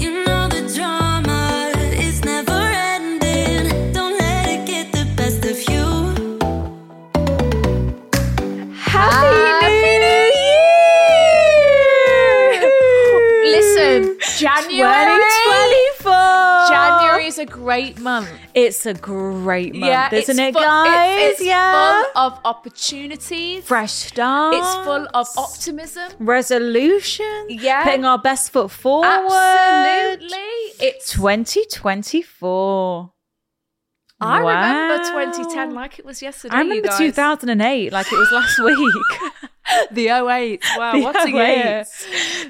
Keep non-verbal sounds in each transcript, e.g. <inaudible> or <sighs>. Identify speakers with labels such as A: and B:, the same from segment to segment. A: You know the drama is never ending. Don't let it get the best of you.
B: Listen, January.
C: 2024.
B: January is a great month.
C: It's a great month, isn't it,
B: full-
C: guys?
B: It's, it's
C: yeah.
B: full of opportunities.
C: Fresh start.
B: It's full of optimism.
C: resolution.
B: Yeah.
C: Putting our best foot forward.
B: Absolutely. It's
C: 2024.
B: I remember
C: Wow.
B: 2010 like it was yesterday.
C: I
B: you
C: remember
B: guys.
C: 2008, like it was last <laughs> week.
B: <laughs> The 08. Wow,
C: The
B: what a
C: 08.
B: year.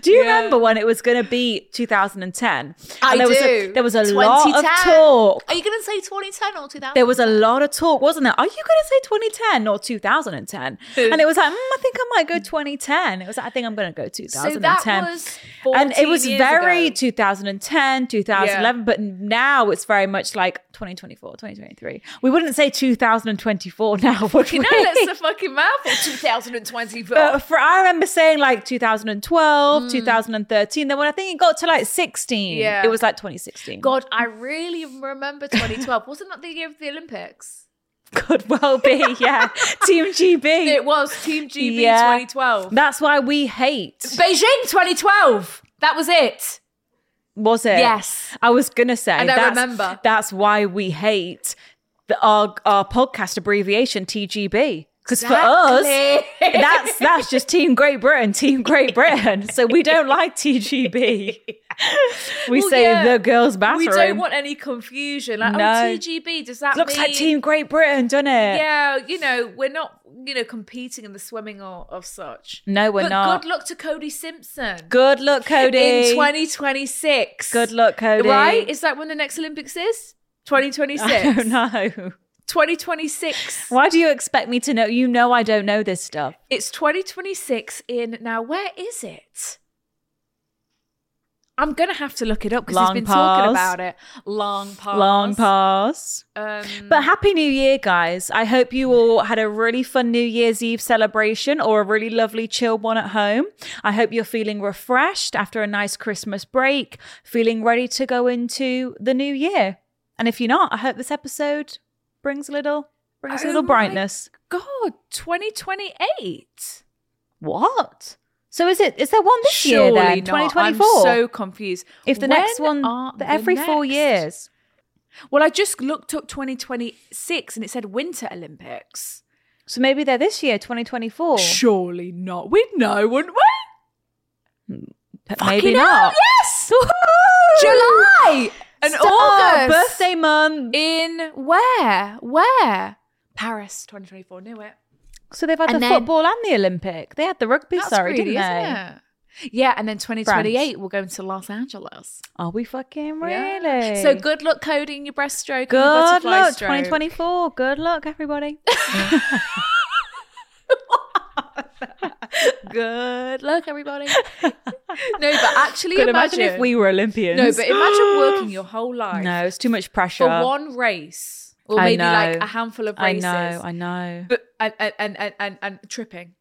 C: Do you
B: Yeah.
C: remember when it was going to be 2010?
B: I
C: And there Was
B: do.
C: a, there was a lot of
B: 2010.
C: talk.
B: Are you going to say 2010 or 2000? <laughs>
C: There was a lot of talk, wasn't there? Are you going to say 2010 or 2010? and it was like, mm, I think I might go 2010. It was like, I think I'm going to go 2010.
B: So that was
C: and it was
B: 14 years
C: very
B: ago.
C: 2010, 2011, but now it's very much like 2024, 2023. We wouldn't say 2024 <laughs> now, would we?
B: You know,
C: <laughs>
B: that's a fucking mouthful. 2024.
C: But for I remember saying like 2012, 2013. Then when I think it got to like 16,
B: Hmm. Yeah.
C: it was like 2016. <laughs>
B: God, I really remember 2012. Wasn't that the year of the
C: <laughs>
B: Olympics?
C: could well be.
B: <laughs>
C: Yeah, Team GB.
B: It was Team GB
C: Yeah.
B: 2012.
C: That's why we hate.
B: Beijing 2012. That was it.
C: was it?
B: Yes.
C: I was gonna say.
B: And I
C: that's-
B: remember.
C: That's why we hate the, our our podcast abbreviation TGB. Because for us,
B: Exactly. <laughs>
C: that's that's just Team Great Britain, Team Great Britain. So we don't like
B: <laughs>
C: TGB. We
B: Well,
C: say
B: yeah.
C: the girls' bathroom.
B: We don't want any confusion. Like,
C: No.
B: oh, TGB, does that
C: looks
B: mean...
C: like Team Great Britain, doesn't it?
B: Yeah, you know, we're not, you know, competing in the swimming or of such.
C: No, we're
B: but
C: not.
B: good luck to Cody Simpson.
C: Good luck, Cody.
B: In 2026.
C: Good luck, Cody.
B: Right? Is that when the next Olympics is? 2026.
C: <laughs> I don't know. <laughs>
B: 2026.
C: Why do you expect me to know? You know I don't know this stuff.
B: It's 2026 in now. Where is it? I'm gonna have to look it up because he's
C: Long
B: been
C: pause.
B: talking about it. Long pause.
C: Long pass.
B: Um,
C: But happy new year, guys. I hope you all had a really fun New Year's Eve celebration or a really lovely chill one at home. I hope you're feeling refreshed after a nice Christmas break, feeling ready to go into the new year. And if you're not, I hope this episode brings a little brings a
B: Oh
C: little
B: my-
C: brightness.
B: God, 2028.
C: What? So is it is there one this year
B: Surely
C: then?
B: not.
C: 2024.
B: I'm so confused.
C: if the
B: When
C: next one
B: are the
C: every 4
B: next?
C: years.
B: Well, I just looked up 2026 and it said Winter Olympics.
C: So maybe they're this year 2024.
B: Surely not. We'd know, wouldn't we?
C: But
B: Fucking
C: maybe
B: hell,
C: not.
B: Yes.
C: <laughs> Woohoo!
B: July and
C: Stop.
B: August.
C: birthday month.
B: in where? Where? Paris 2024. Knew it.
C: So they've had
B: And
C: the
B: then-
C: football and the Olympic. They had the rugby. sorry, didn't
B: isn't
C: they?
B: it? Yeah, and then 2028 we're going to Los Angeles.
C: Are we fucking
B: Yeah.
C: really?
B: So good luck coding your breaststroke. and your
C: Good
B: butterfly
C: luck,
B: stroke.
C: 2024. Good luck, everybody.
B: <laughs>
C: <laughs>
B: Good luck,
C: <laughs>
B: everybody. <laughs> no, but actually,
C: Could
B: imagine,
C: imagine if we were Olympians.
B: No, but imagine working
C: <gasps>
B: your whole life
C: no, it's too much pressure.
B: for one race, or
C: I
B: maybe like
C: know.
B: a handful of
C: I
B: races.
C: know. I know.
B: But and and and and, and, and tripping.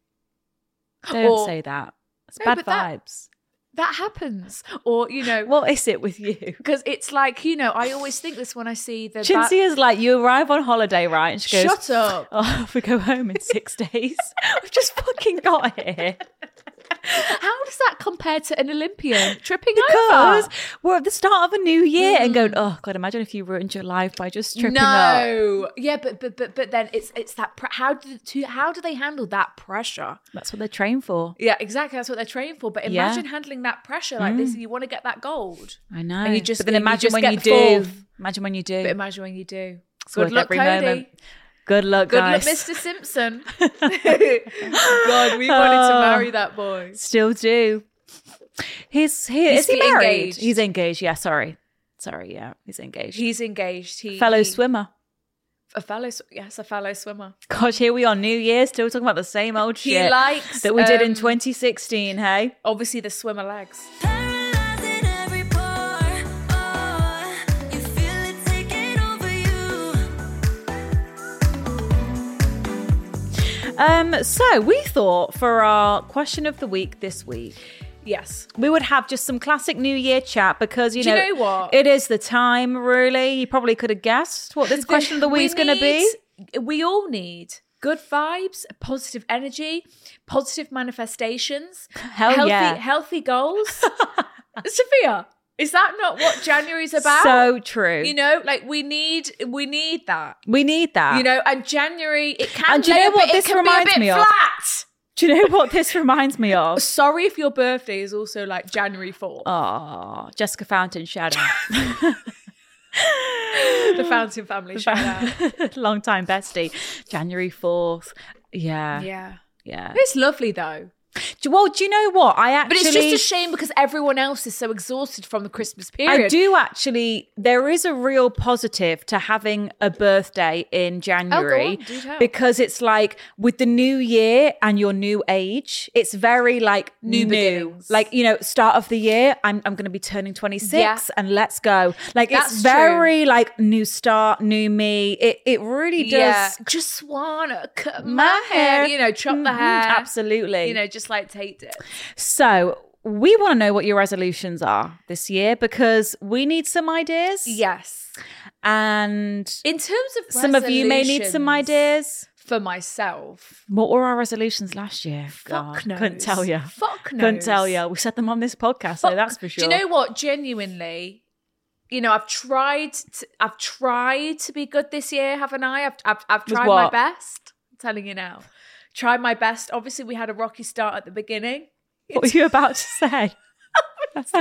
C: Don't
B: Or-
C: say that. It's
B: No,
C: bad
B: but that-
C: vibes.
B: That happens, or you know,
C: What is it
B: <laughs>
C: with you?
B: because it's like you know, I always think this when I see the. ba-
C: Chinsey is like, you arrive on holiday, right? And she goes, <laughs>
B: Shut up. <laughs>
C: Oh, if we go home in six days, we've just fucking got here.
B: How does that compare to an Olympian tripping
C: Because
B: over?
C: we're at the start of a new year and going, oh God, imagine if you ruined your life by just tripping up.
B: Mm. no, yeah, but but but but then it's it's that pre- how do the two, how do they handle that pressure?
C: That's what they're trained for.
B: Yeah, exactly. That's what they're trained for. But
C: Yeah. Mm.
B: imagine handling that pressure like this, and you want to get that gold.
C: I know.
B: you just-
C: but then
B: and you
C: imagine
B: just
C: when
B: get
C: you
B: the
C: do.
B: fourth.
C: Imagine when you do.
B: But imagine when you do.
C: It's
B: Good
C: worth
B: luck,
C: every
B: Cody.
C: moment. Good luck,
B: Good
C: guys.
B: luck, Mr. Simpson.
C: <laughs>
B: <laughs> God, we wanted to
C: Oh.
B: marry that boy.
C: Still do. He's he,
B: He's
C: is he
B: still
C: married?
B: engaged.
C: He's engaged. Yeah, sorry, sorry. Yeah, he's engaged.
B: He's engaged. He
C: fellow
B: he-
C: swimmer.
B: A fellow, sw- yes, a fellow swimmer.
C: Gosh, here we are, New Year, still talking about the same old
B: He
C: shit
B: likes,
C: that we did in
B: um,
C: 2016. Hey,
B: Obviously, the swimmer legs.
A: Paralyzing every pore. Oh, you feel it taking over you.
C: um, so we thought for our question of the week this week,
B: Yes,
C: we would have just some classic New Year chat because you,
B: Do you
C: know,
B: know what?
C: it is the time. Really, you probably could have guessed
B: <laughs>
C: what this question of the
B: We
C: week's going to be.
B: need- We all need good vibes, positive energy, positive manifestations,
C: Hell
B: healthy,
C: yeah.
B: healthy
C: <laughs>
B: goals. Sophia, is that not what January's about?
C: So true.
B: you know, like we need, we need that.
C: we need that.
B: You know, and January it can.
C: Ah. And do you know
B: layer, but
C: what
B: it
C: this
B: can be a
C: reminds
B: bit
C: me of?
B: Flat.
C: <laughs> do you know what this reminds me of?
B: Sorry if your birthday is also like January fourth.
C: Oh, Jessica Fountain, shout
B: <laughs> the Fountain family shout out.
C: out. <laughs> Long time bestie. January 4th. Yeah. Yeah.
B: Yeah. It's lovely though.
C: Do- Well, do you know what? I
B: But
C: actually.
B: it's just a shame because everyone else is so exhausted from the Christmas period.
C: I do actually. There is a real positive to having a birthday in January
B: Oh, do tell.
C: because it's like with the new year and your new age, it's very like new,
B: New beginnings.
C: like you know, start of the year. I'm I'm going to be turning 26
B: Yeah.
C: and let's go. Like it's
B: That's true.
C: very like new start, new me. It it really does.
B: Yeah. Just wanna cut my hair. You know, chop the
C: Mhm,
B: hair.
C: Absolutely.
B: You know, just like take it.
C: so we want to know what your resolutions are this year because we need some ideas.
B: Yes.
C: And
B: In terms of
C: some of you may need some
B: resolutions
C: ideas.
B: for myself.
C: What were our resolutions last year?
B: Fuck knows.
C: Couldn't tell you.
B: Fuck knows.
C: Couldn't tell you. We said them on this podcast, so
B: Fuck-
C: that's for sure.
B: Do you know what? Genuinely, you know, I've tried. To, I've tried to be good this year, haven't I? I've I've, I've
C: With
B: tried my
C: what?
B: best. I'm telling you now, tried my best. Obviously, we had a rocky start at the beginning.
C: what were you about to say?
B: <laughs>
C: <laughs>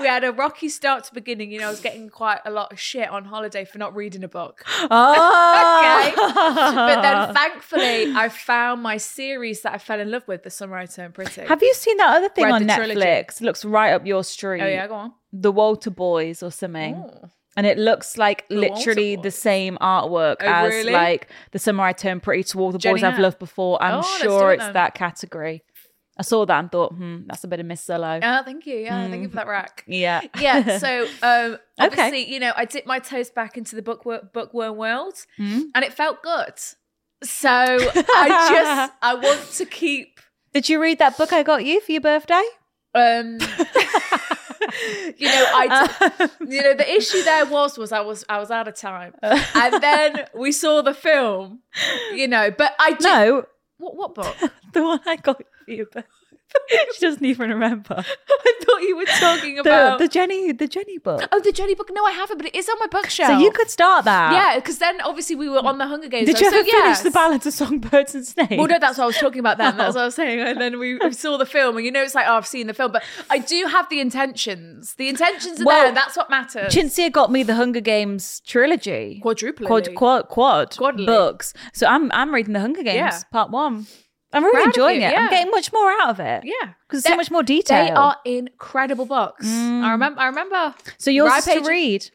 B: we had a rocky start to beginning. You know, I was getting quite a lot of shit on holiday for not reading a
C: <laughs>
B: book.
C: Oh,
B: Okay. but then, thankfully, I found my series that I fell in love with, The Summer I Turned Pretty.
C: have you seen that other thing
B: Read
C: on
B: the trilogy.
C: Netflix? Looks right up your street.
B: Oh yeah, go on.
C: The Walter Boys or something.
B: Oh.
C: and it looks like
B: Walter
C: literally the
B: Boys.
C: same artwork
B: Oh,
C: as
B: really?
C: like the summer I turned pretty to all the
B: Jenny
C: boys I've
B: Hat.
C: loved before. I'm
B: Oh, let's do
C: sure
B: it
C: it's
B: then.
C: that category. I saw that and thought, hmm, that's a bit of Miss Solo.
B: Oh, thank you. Yeah, thank you for that rack.
C: yeah,
B: yeah
C: <laughs>
B: so um
C: Hmm. Okay.
B: obviously you know i dipped my toes back into the book bookworm world
C: Hmm?
B: and it felt good so i just i want to keep
C: Did you read that book I got you for your
B: <laughs>
C: birthday?
B: um you know i
C: Um.
B: you know the issue there was was i was i was out of time and then we saw the film you know but i did
C: no,
B: what, what book
C: the one <laughs> I got for your birthday. <laughs> she doesn't even remember
B: <laughs> i thought you were <laughs> talking
C: the,
B: about
C: the Jenny the Jenny book.
B: oh the jenny book no i haven't but it is on my bookshelf
C: So you could start that.
B: Oh. yeah, because then obviously we were on the Hunger Games.
C: Did
B: so-
C: you
B: so,
C: ever finish the Oh.
B: yes.
C: balance of songbirds and snakes?
B: Well, no, that's what I was talking about then. That's what I was saying. And then we we saw the film, and you know, it's like, oh, I've seen the film, but I do have the intentions. The intentions are
C: Well,
B: there. That's what matters.
C: Chinsia got me the Hunger Games trilogy.
B: Quadruple.
C: quad quad quad
B: Quadly.
C: books. So I'm I'm reading the Hunger Games
B: Yeah.
C: part one. I'm
B: Proud
C: really
B: of
C: enjoying
B: you,
C: it. I'm
B: yeah.
C: getting much more out of it.
B: Yeah,
C: because so
B: They're-
C: much more detail. Mm.
B: They are incredible books. I remember. I remember.
C: so yours
B: Rye
C: is to
B: Page-
C: read.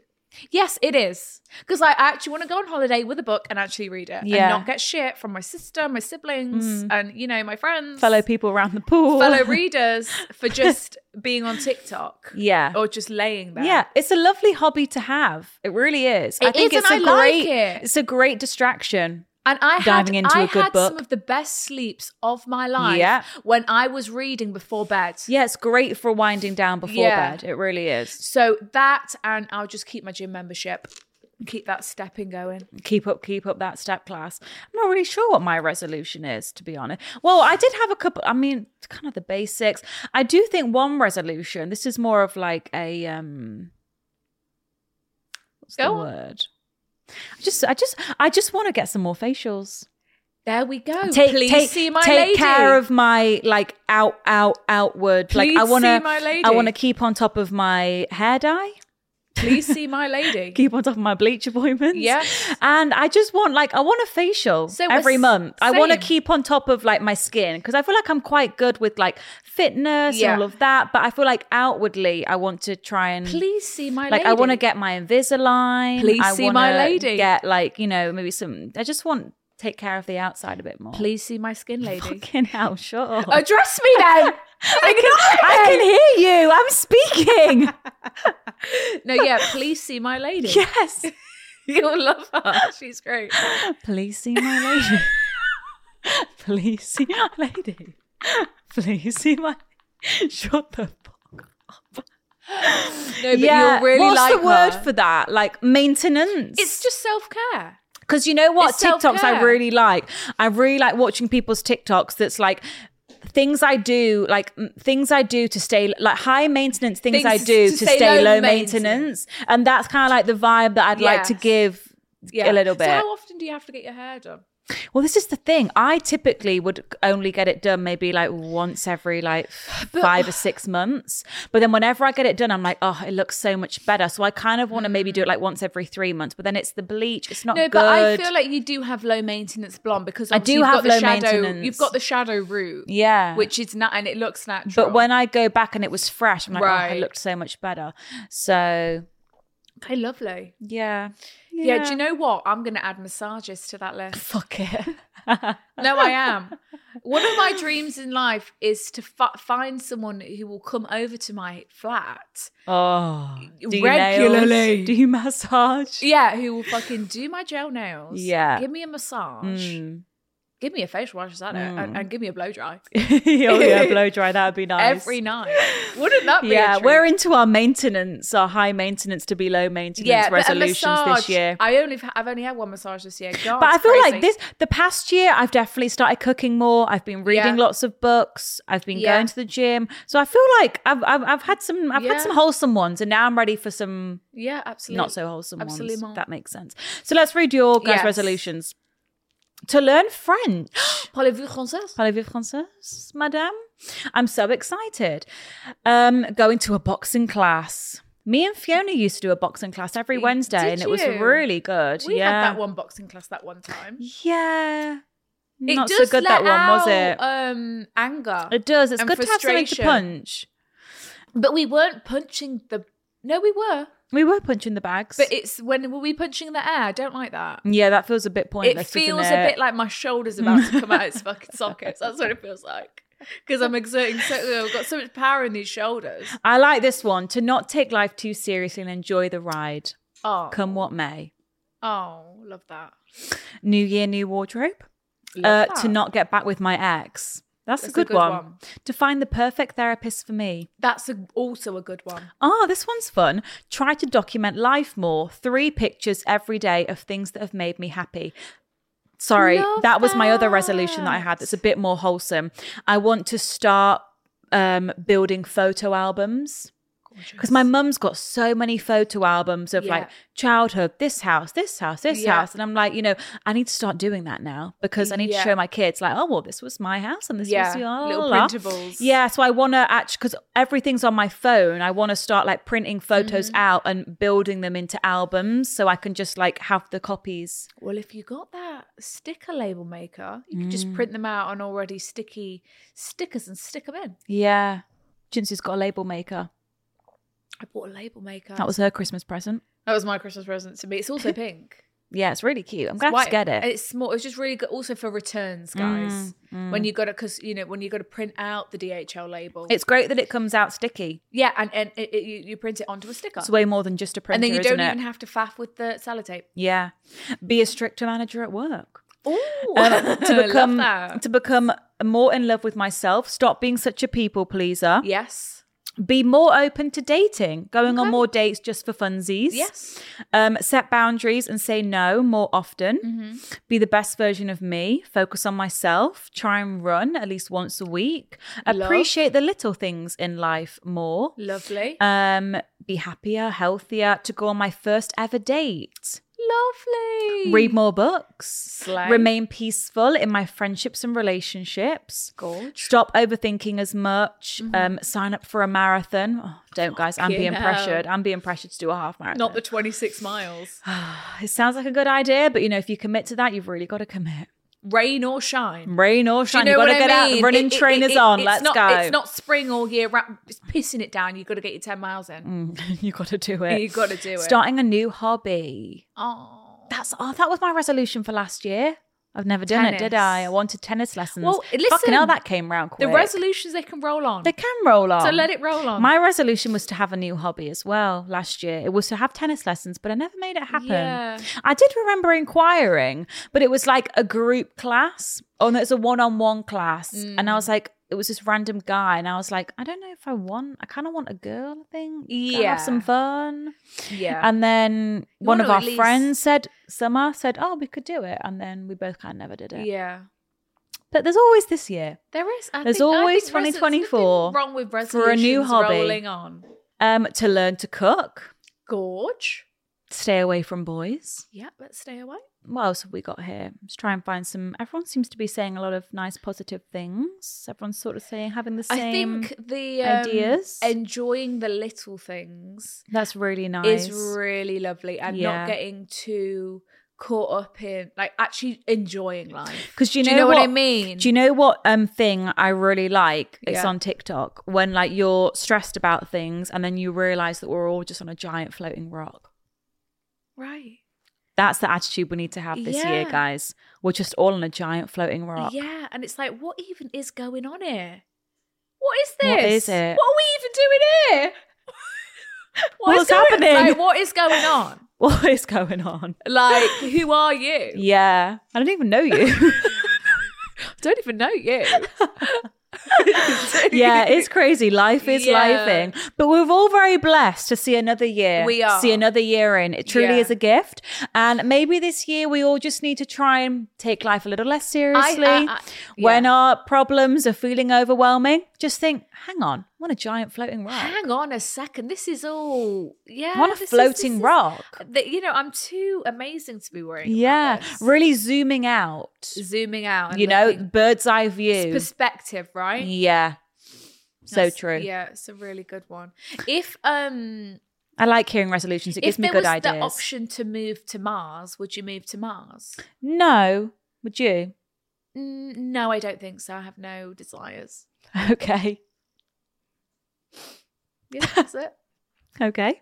B: Yes, it is because I actually want to go on holiday with a book and actually read it
C: Yeah. Mm.
B: and not get shit from my sister, my siblings, and you know, my friends,
C: Fellow people around the pool. <laughs>
B: fellow readers for just being on TikTok.
C: Yeah.
B: or just laying there.
C: Yeah, it's a lovely hobby to have. It really is. I
B: It
C: think
B: is,
C: it's
B: and I
C: a
B: like
C: great.
B: it.
C: It's a great distraction.
B: And I
C: diving
B: had,
C: into
B: I
C: a good
B: had
C: book.
B: some of the best sleeps of my life
C: Yeah.
B: when I was reading before bed.
C: Yeah, it's great for winding down before
B: Yeah.
C: bed. It really is.
B: So that, and I'll just keep my gym membership. Keep that stepping going.
C: keep up, keep up that step class. I'm not really sure what my resolution is, to be honest. Well, I did have a couple, I mean, it's kind of the basics. I do think one resolution, this is more of like a, um, what's
B: Go
C: the
B: on.
C: word? I just, I just, I just want to get some more facials.
B: There we go.
C: Take,
B: Oh, Please
C: take,
B: see my
C: take
B: lady.
C: care of my like out, out, outward. like
B: Please
C: I want to,
B: see my lady.
C: I want to keep on top of my hair dye
B: <laughs> Please see my lady.
C: <laughs> keep on top of my bleach appointments.
B: Yes.
C: And I just want like I want a facial
B: So we're
C: every
B: s-
C: month. I want to
B: same.
C: keep on top of like my skin because I feel like I'm quite good with like fitness
B: Yeah.
C: and all of that, but I feel like outwardly I want to try and
B: Please see my
C: like
B: lady.
C: I
B: <laughs>
C: want to get my Invisalign.
B: Please
C: I
B: see my
C: wanna
B: lady.
C: Get like you know maybe some. I just want to take care of the outside a bit more.
B: Please Oh, see my skin lady.
C: <laughs> Fucking hell, sure.
B: <laughs> Address me then.
C: <laughs> I can, I can hear you. I'm speaking. <laughs>
B: No, yeah. Please see my lady.
C: yes.
B: <laughs> You'll love
C: <laughs>
B: her. She's great.
C: Please see my lady. <laughs> Please see my lady. Please see my. Shut the fuck.
B: No, but you'll really
C: what's
B: like
C: the word
B: her.
C: for that? Like maintenance.
B: It's just self care.
C: because you know what
B: it's
C: TikToks I
B: self-care.
C: really like. I really like watching people's TikToks. That's like things I do, like mm, things I do to stay like high maintenance. Things,
B: Things
C: I
B: to-
C: do
B: to
C: to,
B: stay
C: stay,
B: low
C: low maintenance.
B: maintenance.
C: and that's kind of like the vibe that I'd like to
B: Yes.
C: give a little bit.
B: So how often do you have to get your hair done?
C: Well, this is the thing. I typically would only get it done maybe like once every like f- five or six months. But then whenever I get it done, I'm like, oh, it looks so much better. So I kind of want to maybe do it like once every three months. But then it's the bleach. It's not
B: No,
C: Oh, good.
B: but I feel like you do have low maintenance blonde because
C: I
B: obviously
C: do
B: you've
C: have
B: got the
C: low
B: shadow,
C: maintenance.
B: You've got the shadow root,
C: yeah.
B: which is not, and it looks natural.
C: but when I go back and it was fresh, I'm like, oh,
B: Right.
C: it looked so much better. So
B: okay, lovely.
C: yeah,
B: Yeah. do you know what? I'm going to add massages to that list.
C: Fuck it.
B: No,
C: <laughs>
B: I am. One of my dreams in life is to fi- find someone who will come over to my flat.
C: <laughs> Oh, do you
B: Regularly.
C: nails? Do you massage?
B: Yeah, who will fucking do my gel nails.
C: Yeah.
B: give me a massage.
C: Mm.
B: Give me a facial wash, is that it? And, and give me a blow dry
C: <laughs> oh yeah, blow dry. That would be nice.
B: <laughs> every night. Wouldn't that be? a
C: Yeah,
B: treat?
C: we're into our maintenance, our high maintenance to be low maintenance
B: but a
C: resolutions
B: massage-
C: this year.
B: I only I've only had one massage this year. God,
C: but I
B: it's
C: feel
B: crazy.
C: like this the past year I've definitely started cooking more. I've been reading
B: Yeah.
C: lots of books. I've been
B: Yeah.
C: going to the gym. So I feel like I've I've, I've had some I've
B: Yeah.
C: had some wholesome ones and now I'm ready for some
B: Yeah, absolutely.
C: not so wholesome
B: Absolutely.
C: ones. if That makes sense. So let's read your guys'
B: Yes.
C: resolutions. To learn French.
B: Parlez-vous français?
C: Parlez-vous français, madame? I'm so excited. Um, going to a boxing class. Me and Fiona used to do a boxing class every Wednesday,
B: Did
C: and it was
B: you?
C: really good.
B: We
C: yeah.
B: had that one boxing class that one time.
C: Yeah.
B: It
C: Not so
B: does
C: good
B: let
C: that one, was
B: out,
C: it?
B: Um, anger.
C: it does. It's
B: and
C: good to have something to
B: frustration.
C: punch.
B: But we weren't punching the. No, we were.
C: We were punching the bags.
B: But it's when were we punching the air? I don't like that.
C: yeah, that feels a bit pointless.
B: It
C: doesn't
B: feels
C: it?
B: a bit like my shoulders about to come out
C: <laughs>
B: its fucking sockets. That's what it feels like because I'm exerting. So oh, I've got so much power in these shoulders.
C: I like this one to not take life too seriously and enjoy the ride,
B: Oh,
C: come what may.
B: oh, love that.
C: New year, new wardrobe. Uh,
B: Love
C: to
B: that.
C: not get back with my ex. That's, a, good one. To find the perfect therapist for me.
B: That's a, also a good one.
C: Ah, this one's fun. Try to document life more. Three pictures every day of things that have made me happy. Sorry,
B: Love
C: that was my other resolution that I
B: that.
C: had that's a bit more wholesome. I want to start um, building photo albums. Because my mum's got so many photo albums of
B: Yeah.
C: like childhood, this house, this house, this
B: Yeah.
C: house. And I'm like, you know, I need to start doing that now because I need
B: Yeah.
C: to show my kids, like, oh, well, this was my house and this
B: Yeah,
C: was your
B: little
C: la, la."
B: printables.
C: Yeah. So I want to actually, because everything's on my phone, I want to start like printing photos out and building them into albums so I can just like have the copies.
B: Well, if you got that sticker label maker, you can just
C: Mm.
B: print them out on already sticky stickers and stick them in.
C: Yeah. Jinsu's got a label maker.
B: I bought a label maker.
C: That was her Christmas present.
B: that was my Christmas present to me. It's
C: <laughs>
B: also pink.
C: Yeah, it's really cute. I'm glad
B: White-
C: to get it. Mm,
B: and It's small. It's just really good. Also for returns, guys. When you got to, because you know, when you got to print out the DHL label.
C: It's great that it comes out sticky.
B: yeah, and and it, it, you, you print it onto a sticker,
C: It's way more than just a printer,
B: and then you
C: isn't
B: don't
C: it?
B: even have to faff with the sellotape.
C: Yeah. Be a stricter manager at work. <laughs>
B: <laughs> Ooh,
C: Um, to
B: love
C: become
B: that.
C: to become more in love with myself, stop being such a people pleaser,
B: yes.
C: Be more open to dating, going on more dates just for funsies.
B: Yes.
C: Um, set boundaries and say no more often.
B: Mm-hmm.
C: Be the best version of me. Focus on myself. Try and run at least once a week. Appreciate the little things in life more.
B: Lovely.
C: Um, be happier, healthier. To go on my first ever date.
B: Lovely.
C: Read more books.
B: Slay.
C: Remain peaceful in my friendships and relationships.
B: Gorge. Mm-hmm.
C: Stop overthinking as much. Um, sign up for a marathon. Oh, don't, guys. I'm being
B: hell.
C: pressured. I'm being pressured to do a half marathon.
B: Not the 26
C: <sighs>
B: miles.
C: Mm, it sounds like a good idea, but you know, if you commit to that, you've really got to commit.
B: Rain or shine.
C: Rain or
B: Do
C: shine, you have got to get out running
B: It- it-
C: trainers
B: it-
C: on.
B: it's
C: Let's
B: not,
C: go.
B: It's not spring all year round. It's pissing it down. You've got to get your 10 miles in.
C: <laughs> you got to do it.
B: You gotta do it.
C: Starting a new hobby.
B: Oh.
C: That's oh, that was my resolution for last year. I've never done it, did
B: Tennis.
C: I? I wanted tennis lessons.
B: Well, listen,
C: fucking hell, that came round
B: The
C: quick.
B: resolutions they can roll on.
C: They can roll on.
B: So let it roll on.
C: My resolution was to have a new hobby as well last year. It was to have tennis lessons, but I never made it happen.
B: Yeah.
C: I did remember inquiring, but it was like a group class. Oh no, it's a one-on-one class. And
B: Mm.
C: I was like, it was this random guy, and I was like, I don't know if I want. I kind of want a girl. I think. Can I
B: Yeah.
C: have some fun.
B: yeah.
C: And then
B: You
C: one of
B: wanna
C: our
B: at least-
C: friends said, Summer said, oh, we could do it. And then we both kind of never did it.
B: yeah.
C: But there's always this year.
B: There is. I
C: There's
B: think- I
C: always
B: think res- there's
C: 2024
B: nothing Wrong with resolutions
C: for a new hobby.
B: rolling on.
C: Um, to learn to cook,
B: Gorge.
C: stay away from boys.
B: Yeah, let's stay away.
C: what else have we got here? Let's try and find some. Everyone seems to be saying a lot of nice, positive things. Everyone's sort of saying having the same.
B: I think the um,
C: ideas.
B: enjoying the little things,
C: that's really nice.
B: is really lovely, and
C: Yeah.
B: not getting too caught up in like actually enjoying life.
C: Because you know,
B: Do you know what I
C: what
B: mean?
C: Do you know what um thing I really like? It's
B: Yeah.
C: on TikTok when like you're stressed about things and then you realize that we're all just on a giant floating rock.
B: Right.
C: That's the attitude we need to have this year,
B: Yeah.
C: guys. We're just all on a giant floating rock.
B: Yeah, and it's like, what even is going on here? What is this?
C: What is it?
B: What are we even doing here? <laughs>
C: What's
B: is going-
C: happening?
B: Like, what is going on?
C: <laughs> What is going on? <laughs>
B: Like, who are you?
C: Yeah, I don't even know you.
B: <laughs>
C: <laughs>
B: Don't even know you. <laughs>
C: yeah, it's crazy. Life is
B: Yeah.
C: lifing. But we're all very blessed to see another year.
B: We are.
C: See another year in. It truly
B: Yeah.
C: is a gift. And maybe this year we all just need to try and take life a little less seriously.
B: I-
C: When
B: yeah.
C: our problems are feeling overwhelming, just think, hang on, I'm on a giant floating rock.
B: Hang on a second. This is all. Yeah.
C: I'm on a
B: this is-
C: floating
B: this is-
C: rock.
B: that- you know, I'm too amazing to be worrying. about
C: Yeah.
B: this.
C: Really zooming out.
B: Zooming out. and
C: you know,
B: looking-
C: bird's eye
B: It's
C: view.
B: perspective, right?
C: yeah. So
B: That's-
C: true.
B: Yeah, it's a really good one. If um,
C: I like hearing resolutions. It
B: if
C: gives me
B: there
C: good
B: was
C: ideas.
B: the option to move to Mars, would you move to Mars?
C: no, would you? <laughs>
B: Mm, no, I don't think so. I have no <laughs> desires.
C: Okay.
B: Yeah, that's it.
C: Okay.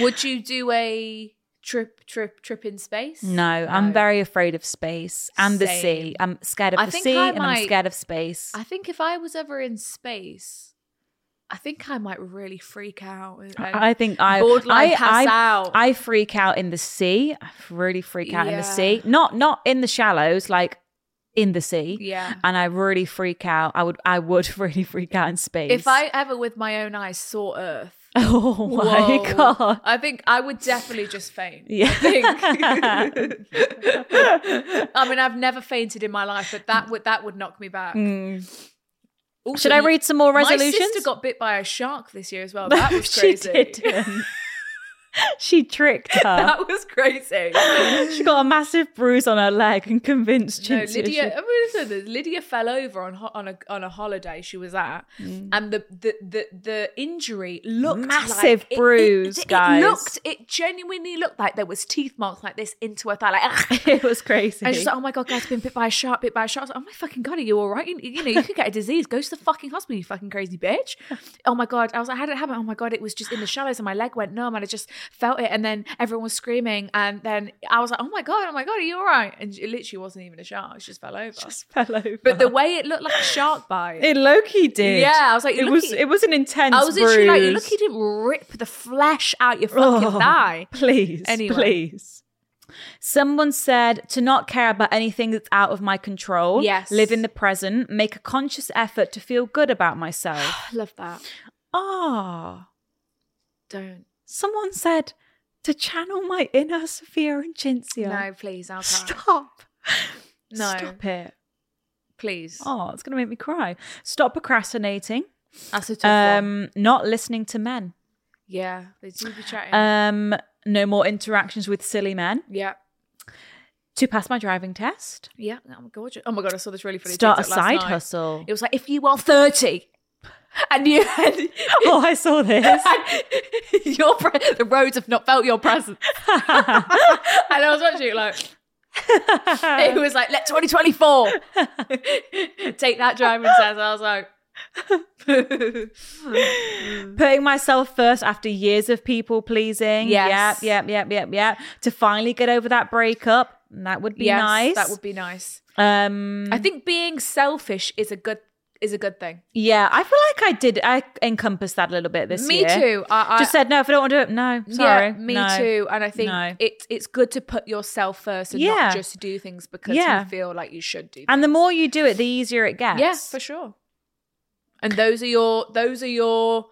B: Would you do a trip, trip, trip in space?
C: No, I'm very afraid of space and the sea.
B: Same.
C: I'm scared of
B: I
C: the
B: think
C: sea
B: I
C: and I'm
B: might-
C: scared of space.
B: I think if I was ever in space, I think I might really freak out. and-
C: I think I
B: borderline
C: I,
B: pass
C: I,
B: out.
C: I freak out in the sea. I really freak out in the
B: Yeah.
C: sea. Not not in the shallows, like in the sea.
B: Yeah.
C: And I really freak out. I would I would <laughs> really freak out in space.
B: if I ever with my own eyes saw Earth,
C: <laughs> Oh <laughs> my
B: whoa,
C: god.
B: I think I would definitely just faint.
C: uh, Yeah.
B: I
C: <laughs>
B: think. I mean, I've never fainted in my life, but that would that would knock me back. Also,
C: Hmm. Should I read some more resolutions?
B: My sister got bit by a shark this year as
C: <laughs>
B: well. That was
C: she
B: crazy.
C: didn't. <laughs> she tricked her.
B: <laughs> that was
C: <laughs>
B: crazy.
C: she got a massive bruise on her leg and convinced
B: No,
C: Chintzy.
B: Lydia. I mean, listen, this- Lydia fell over on ho- on a on a holiday she was at, and the the the, the injury looked
C: Mm. Massive
B: like, it-
C: bruise,
B: It, it, it
C: guys.
B: looked. It genuinely looked like there was teeth marks like this into her thigh.
C: <laughs>
B: Like, ah!
C: It was crazy.
B: and she's like, "Oh my god, guys, been bit by a shark, bit by a shark." I was like, "Oh my fucking god, are you all right? You, you know, you could get a disease. Go to the fucking hospital, you fucking crazy
C: <laughs>
B: bitch." Oh my god, I was like, "How did it happen?" Oh my god, it was just in the shallows, and my leg went numb, and I just felt it, and then everyone was screaming, and then I was like, "Oh my god, oh my god, are you all right?" And it literally wasn't even a shark; it just fell over.
C: just <laughs> fell over.
B: "Oh But the way it looked like a shark bite.
C: it Loki did.
B: Yeah, I was like,
C: it
B: look
C: was
B: at-
C: it was an intense.
B: I was literally like, look, he didn't rip the flesh out your fucking thigh.
C: Oh, <laughs> Please,
B: Anyway.
C: please. Someone said to not care about anything that's out of my control.
B: Yes. <gasps>
C: Live in the present. Make a conscious effort to feel good about myself.
B: Love that.
C: Ah.
B: Don't.
C: Someone said to channel my inner Sophia and Cinzia.
B: No, please. I'll cry.
C: Stop.
B: No.
C: Stop it.
B: Please.
C: Oh, it's going to make me cry. Stop procrastinating.
B: That's a tough one.
C: Um, not listening to men.
B: Yeah, they do be chatting.
C: Um, no more interactions with silly men.
B: yeah.
C: To pass my driving test.
B: Yeah. Oh my god. Oh my god. I saw this really funny.
C: Start a
B: TikTok last
C: side
B: night.
C: hustle.
B: It was like if you are thirty, and you and,
C: <laughs> Oh, I
B: <laughs>
C: saw this. <laughs>
B: your pre- the roads have not felt your
C: <laughs>
B: presence. and I was watching it like it was like let twenty twenty four <laughs> take that driving test. I was like. <laughs>
C: Putting myself first after years of people pleasing.
B: Yes.
C: Yep, yep, yep, yep, yep. To finally get over that breakup. That would be
B: yes,
C: nice.
B: That would be nice.
C: um
B: I think being selfish is a good is a good thing.
C: yeah, I feel like I did I encompassed that a little bit this
B: Me
C: year.
B: too. I, I,
C: Just said no if I don't want to do it. No, sorry.
B: Yeah, me
C: No.
B: too. And I think
C: No.
B: it it's good to put yourself first and
C: Yeah.
B: not just do things because
C: Yeah.
B: you feel like you should do. Them.
C: And the more you do it, the easier it gets.
B: yeah, for sure. And those are your those are your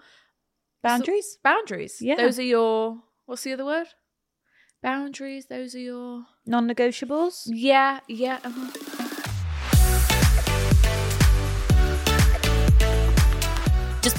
C: Boundaries.
B: boundaries.
C: Yeah.
B: those are your what's the other word? Boundaries. Those are your
C: Non-negotiables.
B: yeah yeah. uh-huh.
D: Just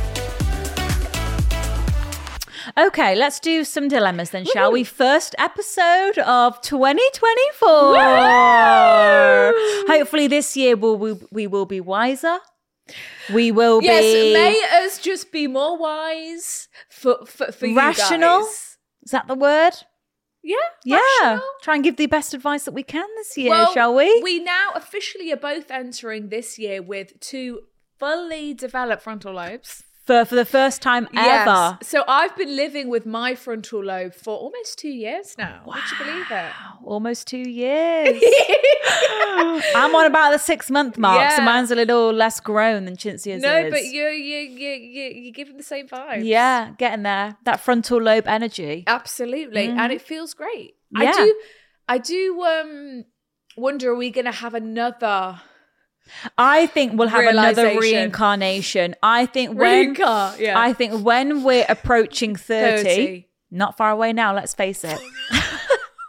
C: Okay, let's do some dilemmas then, shall we? First episode of 2024. Hopefully this year we'll, we, we will be wiser. We will
B: Yes,
C: be
B: may us just be more wise for for, for
C: Rational?
B: You guys.
C: Is that the word?
B: Yeah,
C: Yeah.
B: rational.
C: Try and give the best advice that we can this year,
B: Well,
C: shall we?
B: We now officially are both entering this year with two fully developed frontal lobes.
C: for for the first time ever.
B: Yes. So I've been living with my frontal lobe for almost two years now. Would you believe it?
C: <laughs> Almost two
B: <laughs>
C: years. I'm on about the six month mark, so
B: Yeah.
C: mine's a little less grown than Chinzia's
B: no,
C: is.
B: but you you you you you're giving the same vibes.
C: Yeah, getting there. That frontal lobe energy.
B: Absolutely. And it feels great.
C: Mm-hmm. Yeah.
B: I do I do um wonder are we gonna have another
C: I think we'll have another
B: Realisation.
C: reincarnation. I think when
B: Reincar- yeah.
C: I think when we're
B: <laughs>
C: approaching 30,
B: 30.
C: not far away now, let's face it. <laughs>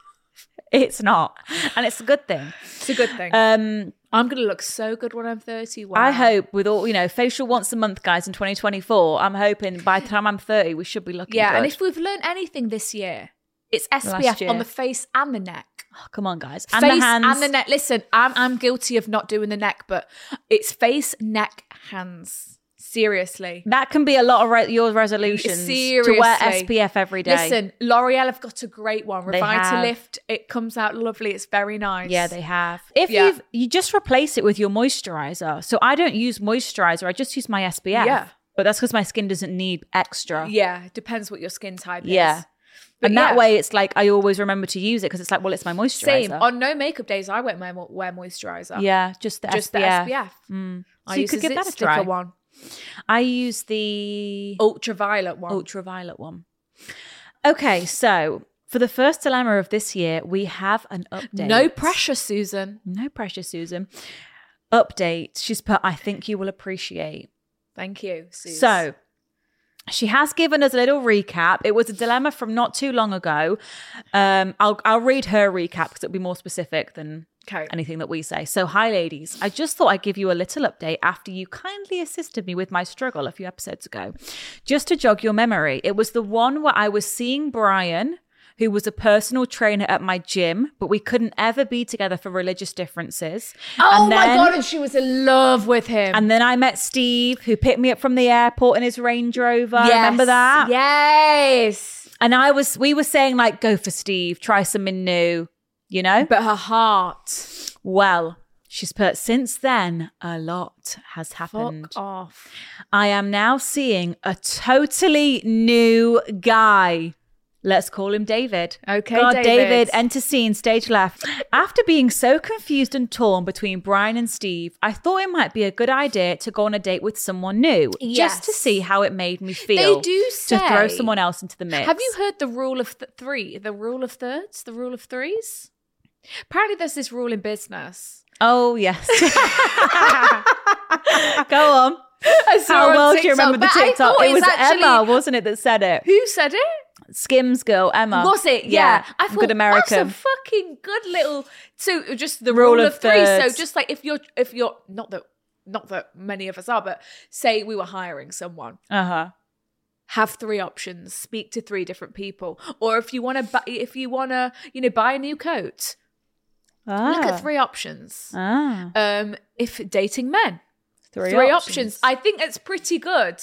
C: it's not. And it's a good thing.
B: It's a good thing.
C: Um
B: I'm gonna look so good when I'm 31.
C: I hope with all you know, facial once a month, guys, in 2024. I'm hoping by the time I'm 30, we should be looking.
B: Yeah,
C: good.
B: and if we've learned anything this year, it's SPF
C: year.
B: on the face and the neck.
C: Oh, come on, guys, and
B: face
C: the hands,
B: and the neck. Listen, I'm I'm guilty of not doing the neck, but it's face, neck, hands. Seriously.
C: that can be a lot of re- your resolutions to wear
B: Seriously.
C: SPF every day.
B: Listen, L'Oreal have got a great one.
C: They
B: Revitalift. It comes out lovely. It's very nice.
C: Yeah, they have. If
B: Yeah.
C: you've you just replace it with your moisturizer. So I don't use moisturizer. I just use my SPF.
B: Yeah.
C: But that's because my skin doesn't need extra.
B: Yeah, it depends what your skin type
C: Yeah.
B: is. But
C: And that
B: yeah.
C: way, it's like I always remember to use it because it's like, well, it's my moisturizer.
B: Same. On no makeup days, I wear my wear moisturizer.
C: yeah, just the
B: Just
C: SPF.
B: the SPF. I
C: Mm. So you
B: use
C: could
B: the
C: give that a
B: Zit
C: try.
B: Sticker one.
C: I use the
B: Ultraviolet one.
C: ultraviolet one. Okay, so for the first dilemma of this year, we have an update.
B: no pressure, Susan.
C: No pressure, Susan. Update. She's put, I think you will appreciate.
B: Thank you, Susan.
C: So she has given us a little recap. It was a dilemma from not too long ago. Um, I'll, I'll read her recap because it'll be more specific than
B: Okay.
C: anything that we say. So, hi, ladies. I just thought I'd give you a little update after you kindly assisted me with my struggle a few episodes ago. Just to jog your memory, it was the one where I was seeing Brian. Who was a personal trainer at my gym, but we couldn't ever be together for religious differences.
B: Oh
C: And
B: my
C: then-
B: god, and she was in love with him.
C: and then I met Steve, who picked me up from the airport in his Range Rover. Remember that?
B: Yes.
C: And I was, we were saying like, go for Steve, try something new, you know.
B: But her heart.
C: well, she's put since then a lot has happened.
B: Fuck off.
C: I am now seeing a totally new guy. Let's call him David.
B: Okay,
C: God,
B: David.
C: David. enter scene, stage left. After being so confused and torn between Brian and Steve, I thought it might be a good idea to go on a date with someone new, just to
B: Yes.
C: see how it made me feel.
B: do
C: to throw
B: say-
C: someone else into the mix.
B: Have you heard the rule of th- three? The rule of thirds? The rule of threes? Apparently, there's this rule in
C: <laughs>
B: business. <laughs>
C: Oh yes. go on.
B: I saw
C: How
B: on
C: well do you
B: TikTok,
C: remember the
B: but I
C: TikTok?
B: thought
C: It was
B: actually-
C: Emma, wasn't it, that said it?
B: Who said it?
C: Skims girl, Emma.
B: Was it? Yeah. I thought
C: good American.
B: that's a fucking good little so just the
C: Rule
B: rule,
C: of
B: of, three.
C: thirds.
B: So just like if you're if you're not that not that many of us are, but say we were hiring someone,
C: uh huh.
B: have three options, speak to three different people, or if you want to buy, if you want to you know buy a new coat, look at three options.
C: Ah,
B: Um, if dating men,
C: three,
B: three options. I think it's pretty good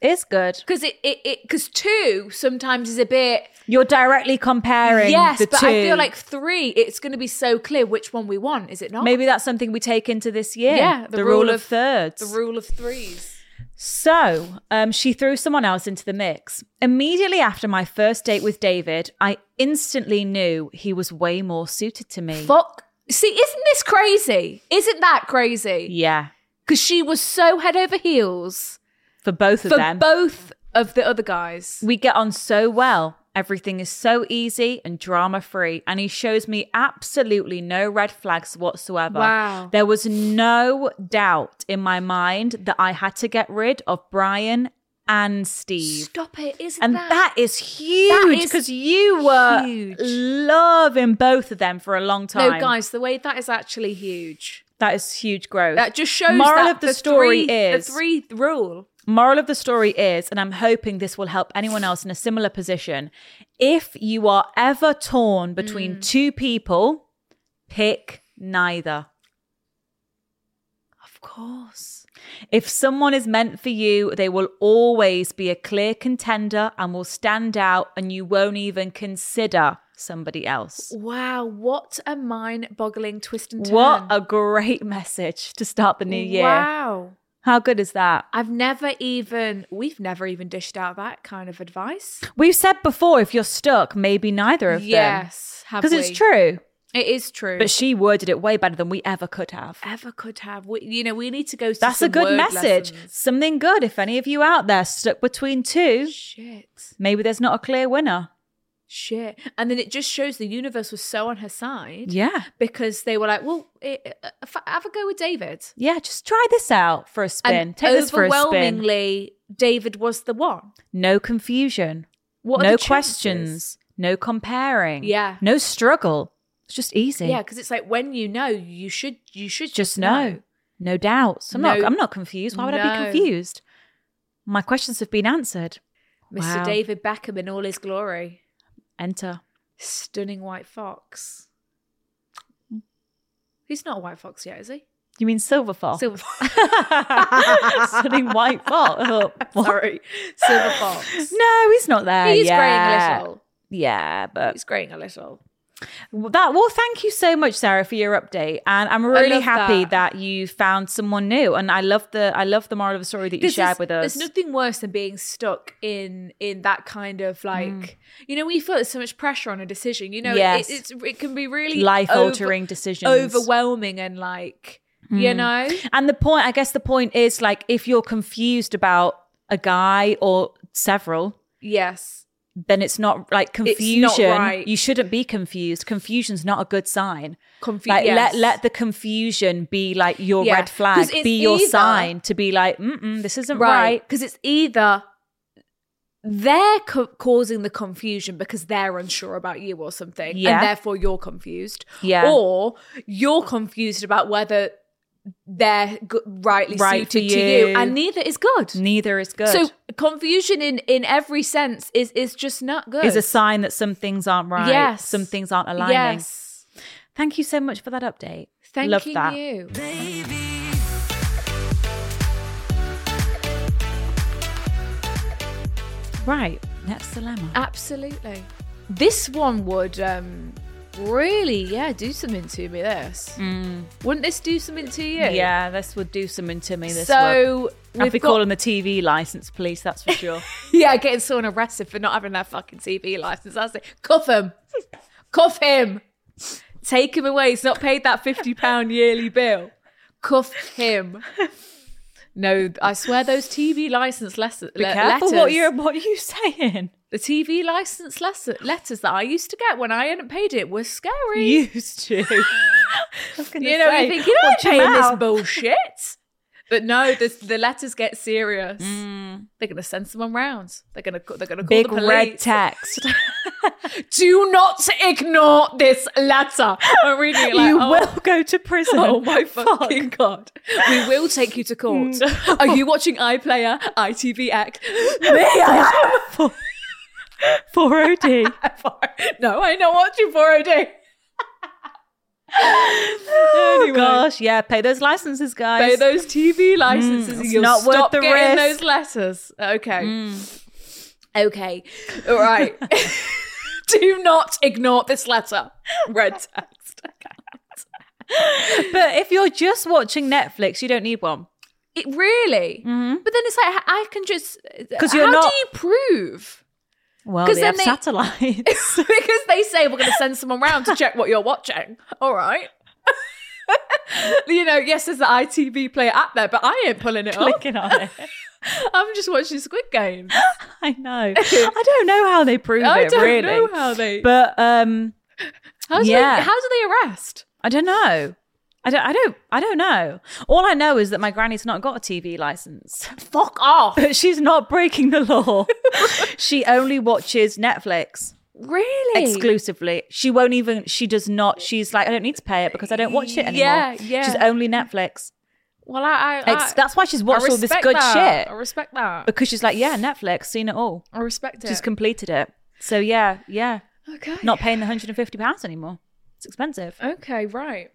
C: it's good.
B: because it it because two sometimes is a bit.
C: You're directly comparing.
B: Yes,
C: the
B: but
C: two.
B: I feel like three, it's going to be so clear which one we want, is it not?
C: maybe that's something we take into this year.
B: Yeah,
C: the, rule, of, thirds.
B: the rule of threes.
C: So um, she threw someone else into the mix. Immediately after my first date with David, I instantly knew he was way more suited to me.
B: Fuck. See, isn't this crazy? Isn't that crazy?
C: yeah,
B: Because she was so head over heels
C: for both of
B: for
C: them.
B: both of the other guys.
C: We get on so Oh, well. Everything is so easy and drama free. And he shows me absolutely no red flags whatsoever.
B: Wow.
C: There was no doubt in my mind that I had to get rid of Brian and Steve.
B: Stop it, isn't
C: And
B: that?
C: that is huge
B: is
C: because you were
B: huge.
C: loving both of them for a long time.
B: No, guys, the way that is actually huge.
C: that is huge growth.
B: That just shows
C: Moral
B: that
C: of the, story
B: three,
C: is
B: the three rule.
C: Moral of the story is, and I'm hoping this will help anyone else in a similar position. If you are ever torn between
B: Mm.
C: two people, pick neither.
B: Of course.
C: If someone is meant for you, they will always be a clear contender and will stand out, and you won't even consider somebody else.
B: Wow, what a mind-boggling twist and turn.
C: What a great message to start the new year.
B: Wow.
C: How good is that?
B: I've never even we've never even dished out that kind of advice.
C: We've said before if you're stuck, maybe neither of them.
B: Yes, have
C: Because it's
B: we?
C: true.
B: It is true.
C: But she worded it way better than we ever could have.
B: ever could have. We, you know, we need to go. To
C: That's a
B: some
C: good
B: word
C: message.
B: lessons.
C: Something good if any of you out there stuck between two.
B: Shit,
C: Maybe there's not a clear winner.
B: shit, and then it just shows the universe was so on her side.
C: Yeah.
B: Because they were like, well, it, uh, f- have a go with David.
C: Yeah, just try this out for a spin.
B: And
C: Take this for a spin.
B: overwhelmingly, David was the one.
C: No confusion.
B: What are
C: no
B: the chances?
C: questions. No comparing.
B: Yeah.
C: No struggle. It's just easy.
B: Yeah, because it's like when you know, you should, you should
C: Just know. No doubts. I'm not
B: No.
C: I'm not confused. Why would I be
B: No.
C: confused? My questions have been answered.
B: Mr.
C: Wow.
B: David Beckham in all his glory,
C: Enter.
B: stunning white fox. He's not a white fox yet, is he?
C: You mean silver fox?
B: Silver.
C: <laughs> Sudden white
B: <laughs>
C: fox. Oh, what?
B: Sorry, <laughs> silver
C: <laughs>
B: fox.
C: No, he's not there.
B: He's
C: yet.
B: growing a little.
C: Yeah, but
B: He's growing a little.
C: Well, that well, thank you so much, Sarah, for your update, and I'm really
B: love
C: happy that.
B: that.
C: you found someone new, and I love the I love the moral of the story that you
B: This
C: shared
B: is-
C: with us.
B: There's nothing worse than being stuck in in that kind
C: Mm.
B: of like you know when you feel there's so much pressure on a decision. You know,
C: Yes.
B: it, it's it can be really
C: Life altering
B: over-
C: decisions. Mm.
B: overwhelming, and like you know,
C: And the point, I guess, the point is like if you're confused about a guy or several,
B: yes,
C: then it's not like
B: not
C: confusion.
B: right.
C: You shouldn't be confused. Confusion's not a good sign.
B: confusion.
C: Like let let the confusion be like your
B: Yeah,
C: red flag,
B: 'cause it's
C: be your
B: either-
C: sign to be like, mm this isn't
B: right
C: right.
B: because it's either they're co- causing the confusion because they're unsure about you or something
C: Yeah.
B: and therefore you're confused
C: Yeah.
B: or you're confused about whether they're g- rightly
C: Right for
B: suited to you
C: you.
B: and neither is good
C: Neither is good.
B: so confusion in in every sense is is just not good
C: is a sign that some things aren't right.
B: Yes.
C: Some things aren't aligning.
B: yes
C: Thank you so much for that update.
B: thanking
C: Love that.
B: you
C: Right. Next dilemma.
B: absolutely this one would um Really? Yeah, do something to me, this. Wouldn't this do something to you?
C: Mm. Yeah, this would do something to me. This would.
B: So
C: I'd
B: we've
C: be
B: got, <laughs>
C: calling the TV license police. That's for sure.
B: yeah, getting someone arrested for not having their fucking TV license. That's it. Cuff him. Cuff him. Take him away. He's not paid that fifty
C: <laughs>
B: pound yearly bill. Cuff him. No, I swear those TV license lessons.
C: be careful
B: letters,
C: what you're what you saying.
B: the TV license lesson, letters that I used to get when I hadn't paid it were scary.
C: <laughs> Used
B: <laughs>
C: to.
B: you know, you think you know, I'm
C: watch your
B: paying this
C: mouth.
B: bullshit. But no, the, the letters get serious. They're gonna send someone round. They're gonna co- they're gonna call
C: <laughs> Mm. big
B: the police.
C: red text.
B: Do not ignore this letter. I'm reading it like,
C: you
B: oh,
C: will go to <laughs> prison.
B: oh my <laughs> fucking god. We will take you to
C: <laughs>
B: court. Are you watching iPlayer, ITV Act?
C: fuck. 4OD.
B: <laughs> no, I know watching <laughs> 4OD.
C: Oh gosh, yeah, pay those licenses, guys. Mm.
B: Pay those TV licenses and
C: it's
B: you'll
C: not worth
B: stop
C: the
B: getting
C: risk. Mm.
B: those letters. Okay. Okay. All
C: <laughs>
B: right. <laughs> Do not ignore this letter. Red
C: <laughs>
B: text.
C: But if you're just watching Netflix, you don't need one.
B: It really. But then it's like h- I can just
C: Mm-hmm. 'Cause you're
B: how
C: not-
B: do you prove? <laughs>
C: Well,
B: 'Cause
C: they
B: then
C: have
B: they-
C: satellites. <laughs>
B: because they say we're going to send someone round to check what you're watching. All right. <laughs> you know, yes, there's the ITV player app there, but I ain't pulling it up.
C: Clicking on it.
B: <laughs> I'm just watching Squid Game.
C: I know. I don't know how they prove
B: I
C: it,
B: don't
C: really.
B: know how they.
C: But um,
B: How do,
C: Yeah.
B: they, how do they arrest?
C: I don't know. I don't. I don't. I don't know. All I know is that my granny's not got a TV license,
B: Fuck off.
C: but <laughs> she's not breaking the law. <laughs> she only watches Netflix
B: Really?
C: exclusively. She won't even. She does not. She's like, I don't need to pay it because I don't watch it anymore.
B: Yeah, yeah.
C: She's only Netflix.
B: well, I. I, I
C: Ex- that's why she's watched
B: I
C: all this
B: respect
C: good
B: that. I
C: shit
B: respect that.
C: because she's like, yeah, Netflix, seen it all.
B: I respect it.
C: She's completed it. So yeah, yeah,
B: okay.
C: not paying the hundred and fifty pounds anymore. It's expensive.
B: Okay, right.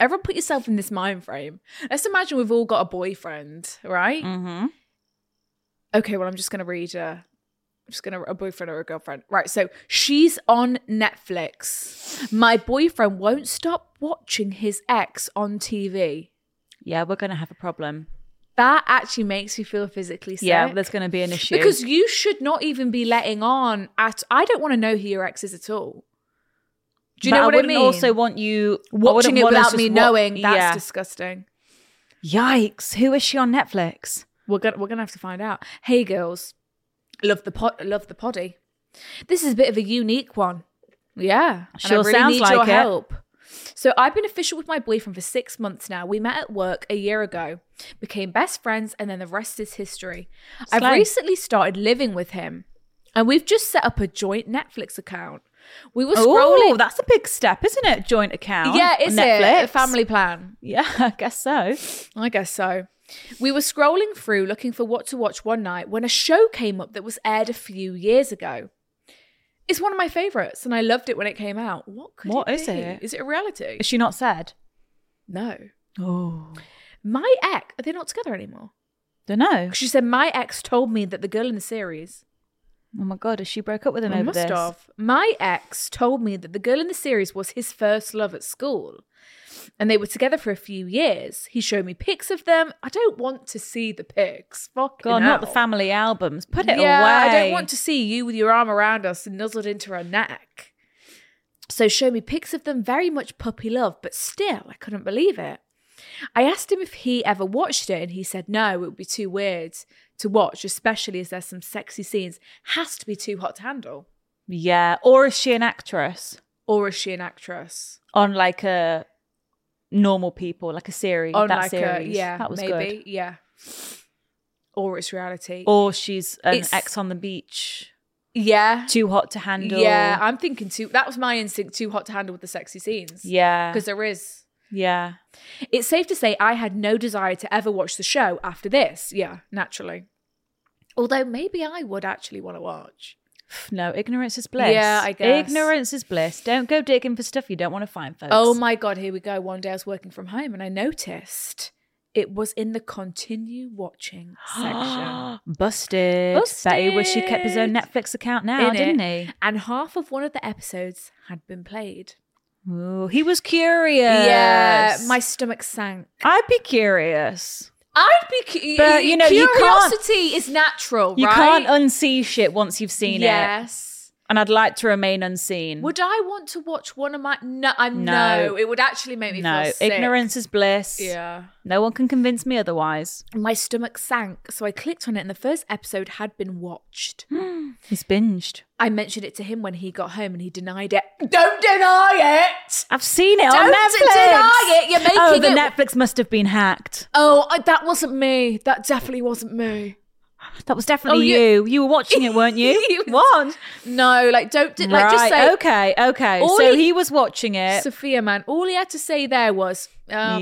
B: Everyone put yourself in this mind frame. Let's imagine we've all got a boyfriend, right?
C: Mm-hmm.
B: Okay, well, I'm just going to read uh, I'm just going to a boyfriend or a girlfriend. Right, so she's on Netflix. My boyfriend won't stop watching his ex on TV.
C: Yeah, we're gonna have a problem.
B: That actually makes me feel physically sick.
C: Yeah, there's gonna be an issue
B: Because you should not even be letting on at. I don't want to know who your ex is at all. Do you
C: But
B: know
C: I
B: what I
C: wouldn't
B: mean?
C: Also, want you I wouldn't
B: watching it
C: want us
B: without
C: just
B: me
C: wa-
B: knowing that's
C: yeah.
B: disgusting.
C: Yikes! Who is she on Netflix?
B: We're gonna we're gonna have to find out. Hey girls, love the pot, love the poddy. This is a bit of a unique one. Yeah, and
C: Sure
B: I really
C: sounds
B: need
C: like
B: your
C: it.
B: help. So I've been official with my boyfriend for six months now. We met at work a year ago, became best friends, and then the rest is history. I've
C: Slay.
B: recently started living with him, and we've just set up a joint Netflix account. We were
C: Oh,
B: scrolling.
C: that's a big step, isn't it? Joint account.
B: yeah,
C: on
B: is
C: Netflix.
B: it a family plan?
C: <laughs> Yeah, I guess so.
B: I guess so. We were scrolling through looking for what to watch one night when a show came up that was aired a few years ago. It's one of my favourites and I loved it when it came out. What could
C: What
B: it
C: is
B: be?
C: it?
B: Is it a reality?
C: Is she not said?
B: No.
C: Oh,
B: My ex, are they not together anymore?
C: don't know.
B: She said, My ex told me that the girl in the series,
C: Oh my god, has she broke up with him
B: I
C: over
B: must
C: this?
B: have, my ex told me that the girl in the series was his first love at school. And they were together for a few years. He showed me pics of them. I don't want to see the pics. Fucking
C: God, not the
B: hell.
C: family albums. Put it
B: yeah,
C: away.
B: I don't want to see you with your arm around us and nuzzled into her neck. So show me pics of them, very much puppy love, but still, I couldn't believe it. I asked him if he ever watched it, and he said no, it would be too weird to watch, especially as there's some sexy scenes. Has to be too hot to handle.
C: Yeah, or is she an actress
B: Or is she an actress?
C: on like a normal people, like a series?
B: On
C: that
B: like
C: series.
B: a yeah,
C: that was
B: maybe
C: good.
B: yeah. Or it's reality.
C: Or she's an
B: It's-
C: ex on the beach,
B: yeah,
C: too hot to handle.
B: yeah. I'm thinking too. That was my instinct. Too hot to handle with the sexy scenes.
C: yeah,
B: because there is
C: yeah.
B: It's safe to say I had no desire to ever watch the show after this. Yeah, naturally. Although maybe I would actually want to watch.
C: No, ignorance is bliss.
B: Yeah, I guess.
C: ignorance is bliss. Don't go <gasps> digging for stuff you don't want to find, folks.
B: Oh my God, here we go. One day I was working from home and I noticed It was in the continue <gasps> watching section.
E: Busted. Betty wish he kept his own
B: Busted.
E: Netflix account now,
B: In it.
E: didn't
B: And half of one of the episodes had been played.
E: he? Ooh, he was curious.
B: Yeah, my stomach sank.
E: I'd be curious.
B: I'd be cu-
E: But, you know, you can't-
B: curiosity is natural,
E: You
B: right?
E: can't unsee shit once you've seen it.
B: yes.
E: And I'd like to remain unseen.
B: Would I want to watch one of my? No, I
E: No.
B: no. It would actually make me
E: no,
B: feel sick.
E: ignorance is bliss.
B: Yeah.
E: No one can convince me otherwise.
B: My stomach sank, so I clicked on it, and the first episode had been watched.
E: He's binged.
B: I mentioned it to him when he got home, and he denied it. Don't deny it.
E: I've seen it on
B: Don't
E: Netflix.
B: deny it, you're making
E: oh, the
B: it-
E: Netflix must have been hacked.
B: Oh, I, that wasn't me. That definitely wasn't me.
E: That was definitely
B: Oh,
E: you. you. were watching it, weren't you?
B: <laughs> He was-
E: What?
B: No, like don't de- like just
E: Right,
B: say
E: okay, okay.
B: All
E: so
B: he-
E: he was watching it.
B: Sophia, man. All he had to say there was, oh,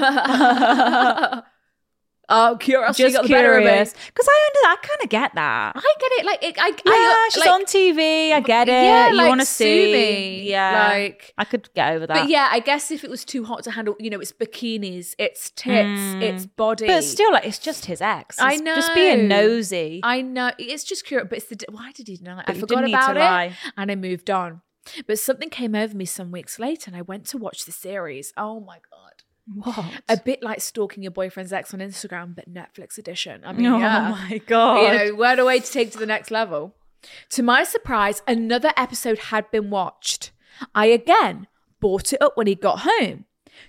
E: Yeah. <laughs>
B: busted. <laughs> oh, curiosity
E: just
B: got the better of me.
E: curious because I under I kind of get that.
B: I get it. Like, it, I,
E: Yeah,
B: I,
E: she's
B: like-
E: on TV. I get it.
B: Yeah,
E: you
B: like,
E: want to
B: sue
E: see?
B: me.
E: Yeah,
B: Like-
E: I could get over that.
B: But yeah, I guess if it was too hot to handle, you know, it's bikinis, it's tits, it's body.
E: Mm. but still, like it's just his ex.
B: I
E: He's just being
B: know.
E: nosy.
B: I know it's just curious. But it's the why did he deny? it? I
E: But you
B: forgot
E: didn't need to
B: about it,
E: lie.
B: and I moved on. But something came over me some weeks later, and I went to watch the series. Oh my god.
E: what?
B: A bit like stalking your boyfriend's ex on Instagram, but Netflix edition. I mean,
E: oh
B: yeah.
E: my god!
B: You know, what a way to take to the next level. To my surprise, another episode had been watched. I again bought it up when he got home,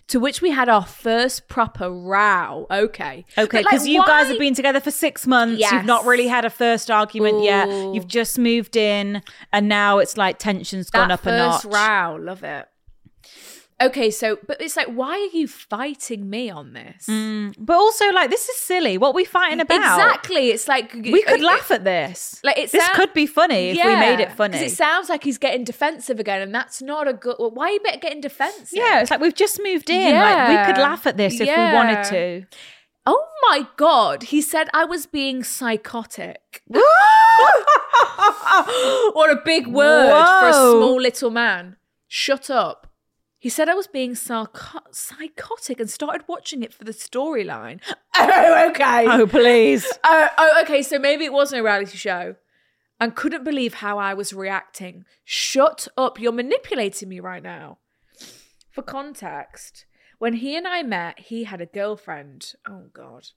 B: to which we had our first proper row. Okay.
E: Okay,
B: But, like,
E: because you guys
B: why-
E: have been together for six months. You've not
B: Yes.
E: really had a first argument yet.
B: Ooh.
E: You've just moved in, and now it's like tension's
B: that
E: gone up a notch.
B: first row. Love it. Okay, so, but it's like, why are you fighting me on this?
E: But also, like, this is silly. What are we fighting about?
B: Exactly. It's like
E: We could laugh at this.
B: Like it
E: this
B: sound-
E: could be funny if we
B: Yeah,
E: made it
B: 'cause
E: funny.
B: It sounds like he's getting defensive again, and that's not a good. Well, why are you be- getting defensive?
E: Yeah, it's like we've just moved in. Like we could
B: Yeah.
E: laugh at this if we
B: Yeah.
E: wanted to.
B: Oh my god, he said I was being
E: <laughs>
B: psychotic. <laughs> what a big word for a
E: Whoa.
B: small little man. Shut up. He said I was being sarco- psychotic and started watching it for the storyline. <laughs> Oh, okay.
E: Oh please.
B: <laughs> Oh, oh, okay. So maybe it wasn't a reality show and couldn't believe how I was reacting. Shut up. You're manipulating me right now. For context, when he and I met, he had a girlfriend. Oh, God.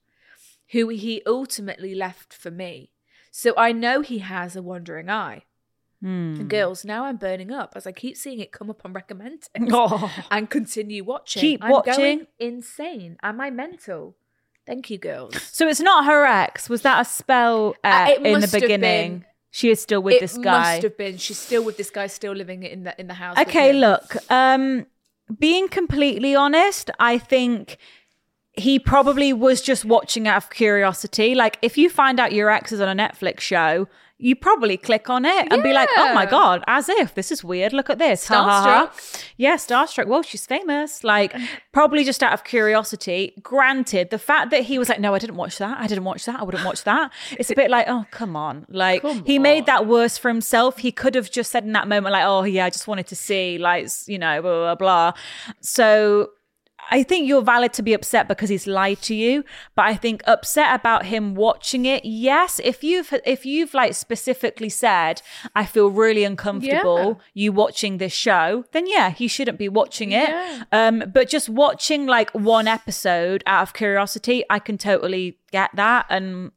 B: Who he ultimately left for me. So I know he has a wandering eye.
E: Hmm.
B: And Girls, now I'm burning up as I keep seeing it come up on recommended
E: <laughs> Oh.
B: and continue watching.
E: Keep
B: I'm
E: watching.
B: going insane. Am I mental? Thank you, girls.
E: So it's not her ex. Was that a spell
B: Uh,
E: uh,
B: it
E: in the
B: must have
E: beginning?
B: been.
E: She is still with
B: it
E: this guy.
B: must have been. She's still with this guy, still living in the in the house. with
E: Okay,
B: him.
E: look. Um, being completely honest, I think he probably was just watching out of curiosity. Like, if you find out your ex is on a Netflix show, you probably click on it and be like, "Oh my
B: Yeah.
E: god!" As if this is weird. Look at this. Ha, ha, ha. Yeah, starstruck. Well, she's famous. Like, probably just out of curiosity. Granted, the fact that he was like, "No, I didn't watch that. I didn't watch that. I wouldn't watch that." It's a bit like, "Oh, come on!" Like, he made that worse for himself. He could have just said in that moment, like, "Oh yeah, I just wanted to see," like, you know, blah blah blah. So I think you're valid to be upset because he's lied to you, but I think upset about him watching it. Yes, if you've if you've like specifically said, I feel really uncomfortable you watching this show, then yeah, he shouldn't be watching it. Um, but just watching like one episode out of curiosity, I can totally get that, and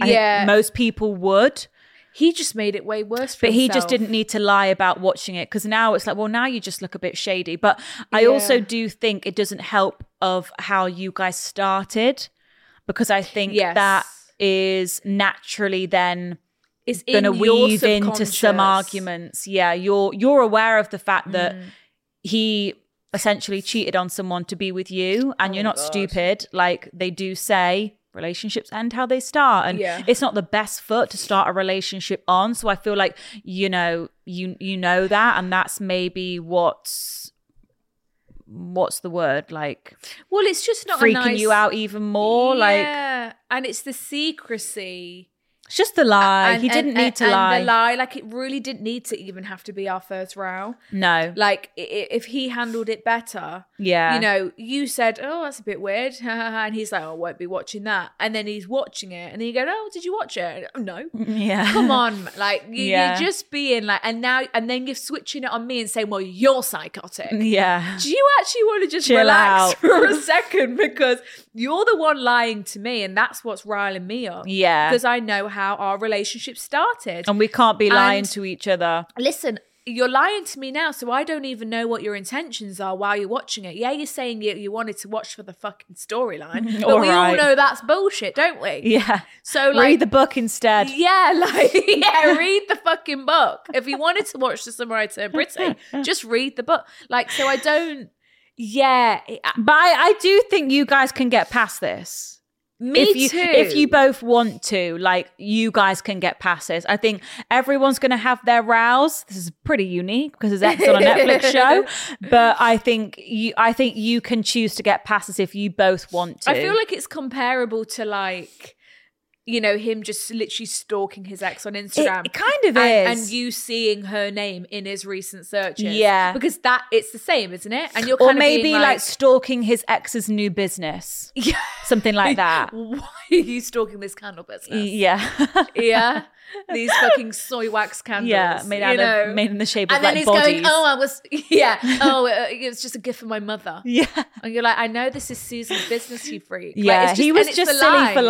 E: I think
B: Yeah.
E: most people would.
B: He just made it way worse. For
E: But he just
B: himself.
E: didn't need to lie about watching it because now it's like, well, now you just look a bit shady. But I also
B: Yeah.
E: do think it doesn't help of how you guys started because I think
B: Yes.
E: that is naturally then
B: It's in
E: going to
B: your
E: weave into some
B: subconscious. Mm.
E: arguments. Yeah, you're you're aware of the fact that he essentially cheated on someone to be with you,
B: Oh
E: and you're not stupid. Like they do say, relationships end how they start, and
B: Yeah.
E: it's not the best foot to start a relationship on. So I feel like you know you you know that, and that's maybe what's what's the word like
B: Well, it's just not a
E: freaking
B: nice-
E: you out even more like
B: yeah. and it's the secrecy.
E: It's just the lie. he didn't need to
B: and
E: lie.
B: The lie, like it really didn't need to even have to be our first row.
E: No.
B: Like i- i- if he handled it better,
E: Yeah.
B: You know, you said, "Oh, that's a bit weird," <laughs> and he's like, "Oh, "I won't be watching that." And then he's watching it, and then you go, "Oh, did you watch it?" And, No.
E: yeah. <laughs>
B: Come on, like you,
E: Yeah.
B: you're just being like, and now, and then you're switching it on me and saying, "Well, you're psychotic."
E: Yeah.
B: do you actually want to just
E: Mm. Chill
B: relax
E: out.
B: <laughs> for a second because you're the one lying to me and that's what's riling me up
E: Yeah. Um,
B: because i know how our relationship started
E: And we can't be lying
B: And-
E: to each other.
B: listen you're lying to me now so i don't even know what your intentions are while you're watching it yeah you're saying you, you wanted to watch for the fucking
E: <laughs>
B: storyline but
E: All
B: we all
E: right.
B: know that's bullshit don't we
E: Yeah.
B: so like
E: Read the book instead.
B: yeah, <laughs> like
E: <laughs>
B: yeah, read the fucking book. If you wanted to watch The Samurai Turned
E: <laughs>
B: Pretty, just read the book. Like, so I don't. Yeah, I-
E: But I, I do think you guys can get past this.
B: me
E: if you,
B: too.
E: If you both want to, like, you guys can get past this. I think everyone's going to have their rows. This is pretty unique because it's X on
B: <laughs>
E: a Netflix show. But I think you, I think you can choose to get past this if you both want to.
B: I feel like it's comparable to like, you know, him just literally stalking his ex on Instagram.
E: it kind of
B: and,
E: is.
B: and you seeing her name in his recent searches.
E: Yeah.
B: because that it's the same, isn't it? And you're kind
E: or
B: of
E: maybe
B: being
E: like,
B: like,
E: stalking his ex's new business,
B: <laughs> yeah,
E: something like that.
B: Why are you stalking this candle business?
E: yeah,
B: Yeah, these fucking soy wax candles.
E: <laughs> yeah, made out
B: you know?
E: of made in the shape of
B: and then
E: like
B: he's
E: bodies.
B: going,
E: <laughs>
B: "Oh, I was, <laughs> yeah, oh, uh, it was just a gift for my mother."
E: yeah,
B: And you're like, "I know this is Susan's business, you freak." Like,
E: yeah.
B: it's
E: he
B: and
E: was
B: it's
E: just
B: the
E: silly for
B: lies.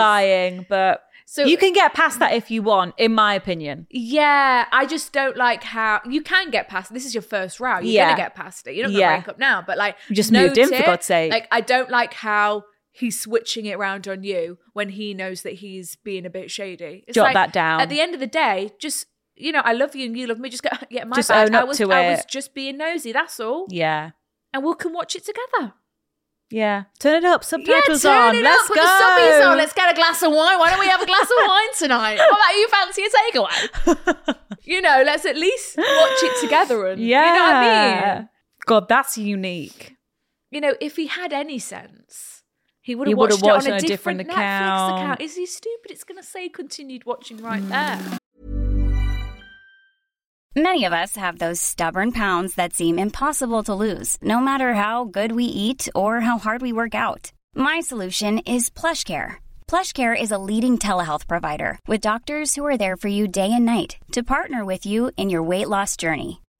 E: lying, but
B: So-
E: you can get past that if you want, in my opinion.
B: Yeah, I just don't like how you can get past. This is your first round. You're
E: Yeah.
B: gonna get past it. You're not gonna
E: Yeah.
B: break up now. But like,
E: You just moved in,
B: note
E: for
B: it.
E: God's sake.
B: Like, I don't like how he's switching it around on you when he knows that he's being a bit shady. It's
E: Jot
B: like,
E: that down.
B: At the end of the day, just you know, I love you and you love me. Just go, <laughs> yeah, my
E: Just
B: bad.
E: own
B: I
E: up
B: was,
E: to
B: I was
E: it."
B: just being nosy. That's all.
E: Yeah,
B: And we can watch it together.
E: yeah. Turn it up. Subtitles
B: yeah, turn
E: on.
B: It
E: Let's
B: up. Put
E: go.
B: the subbies on. Let's get a glass of wine. Why don't we have a glass of wine
E: <laughs>
B: tonight? What about you? Fancy a takeaway? <laughs> you know, let's at least watch it together. And
E: yeah.
B: you know what I mean.
E: God, that's unique.
B: You know, if he had any sense. He would
E: He
B: have
E: would've
B: watched,
E: watched
B: it on a different, Netflix
E: account. Mm.
B: account. Is he stupid? It's going to say continued watching right
E: <laughs>
B: there.
F: Many of us have those stubborn pounds that seem impossible to lose, no matter how good we eat or how hard we work out. My solution is PlushCare. PlushCare is a leading telehealth provider with doctors who are there for you day and night to partner with you in your weight loss journey.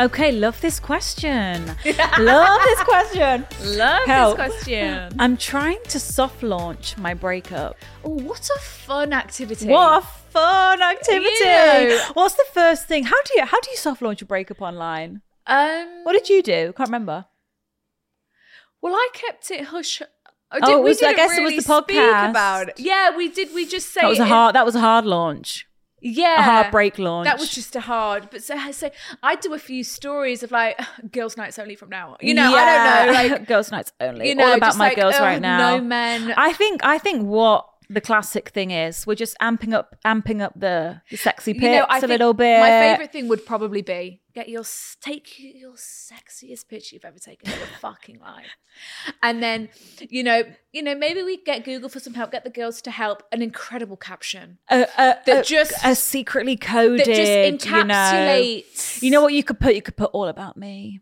E: Okay, love this question. <laughs> love this question.
B: Love
E: Help.
B: this question.
E: <laughs> I'm trying to soft launch my breakup.
B: Oh, what a fun activity.
E: What a fun activity!
B: Yeah.
E: What's the first thing? How do you how do you soft launch a breakup online?
B: Um,
E: What did you do? Can't remember.
B: Well, I kept it hush.
E: Oh, it was- I guess it was the podcast.
B: Speak about it. Yeah, we did. We just say
E: That was a
B: it-
E: hard that was a hard launch.
B: yeah,
E: a hard break launch.
B: That was just a hard. But so, so I do a few stories of like <sighs> girls' nights only from now. on. You know, I don't know. Like
E: girls' nights only.
B: you know,
E: All about
B: just
E: my
B: like,
E: girls
B: oh,
E: right now.
B: no men.
E: I think I think what the classic thing is we're just amping up amping up the, the sexy pics
B: you know, I
E: a
B: think
E: little bit.
B: My favorite thing would probably be get your s- take your sexiest picture you've ever taken in your fucking life, and then you know, you know, maybe we get Google for some help, get the girls to help. An incredible caption.
E: a, a,
B: that
E: a-
B: just-
E: a secretly coded
B: that just
E: you know.
B: encapsulates.
E: You know what you could put? You could put all about me.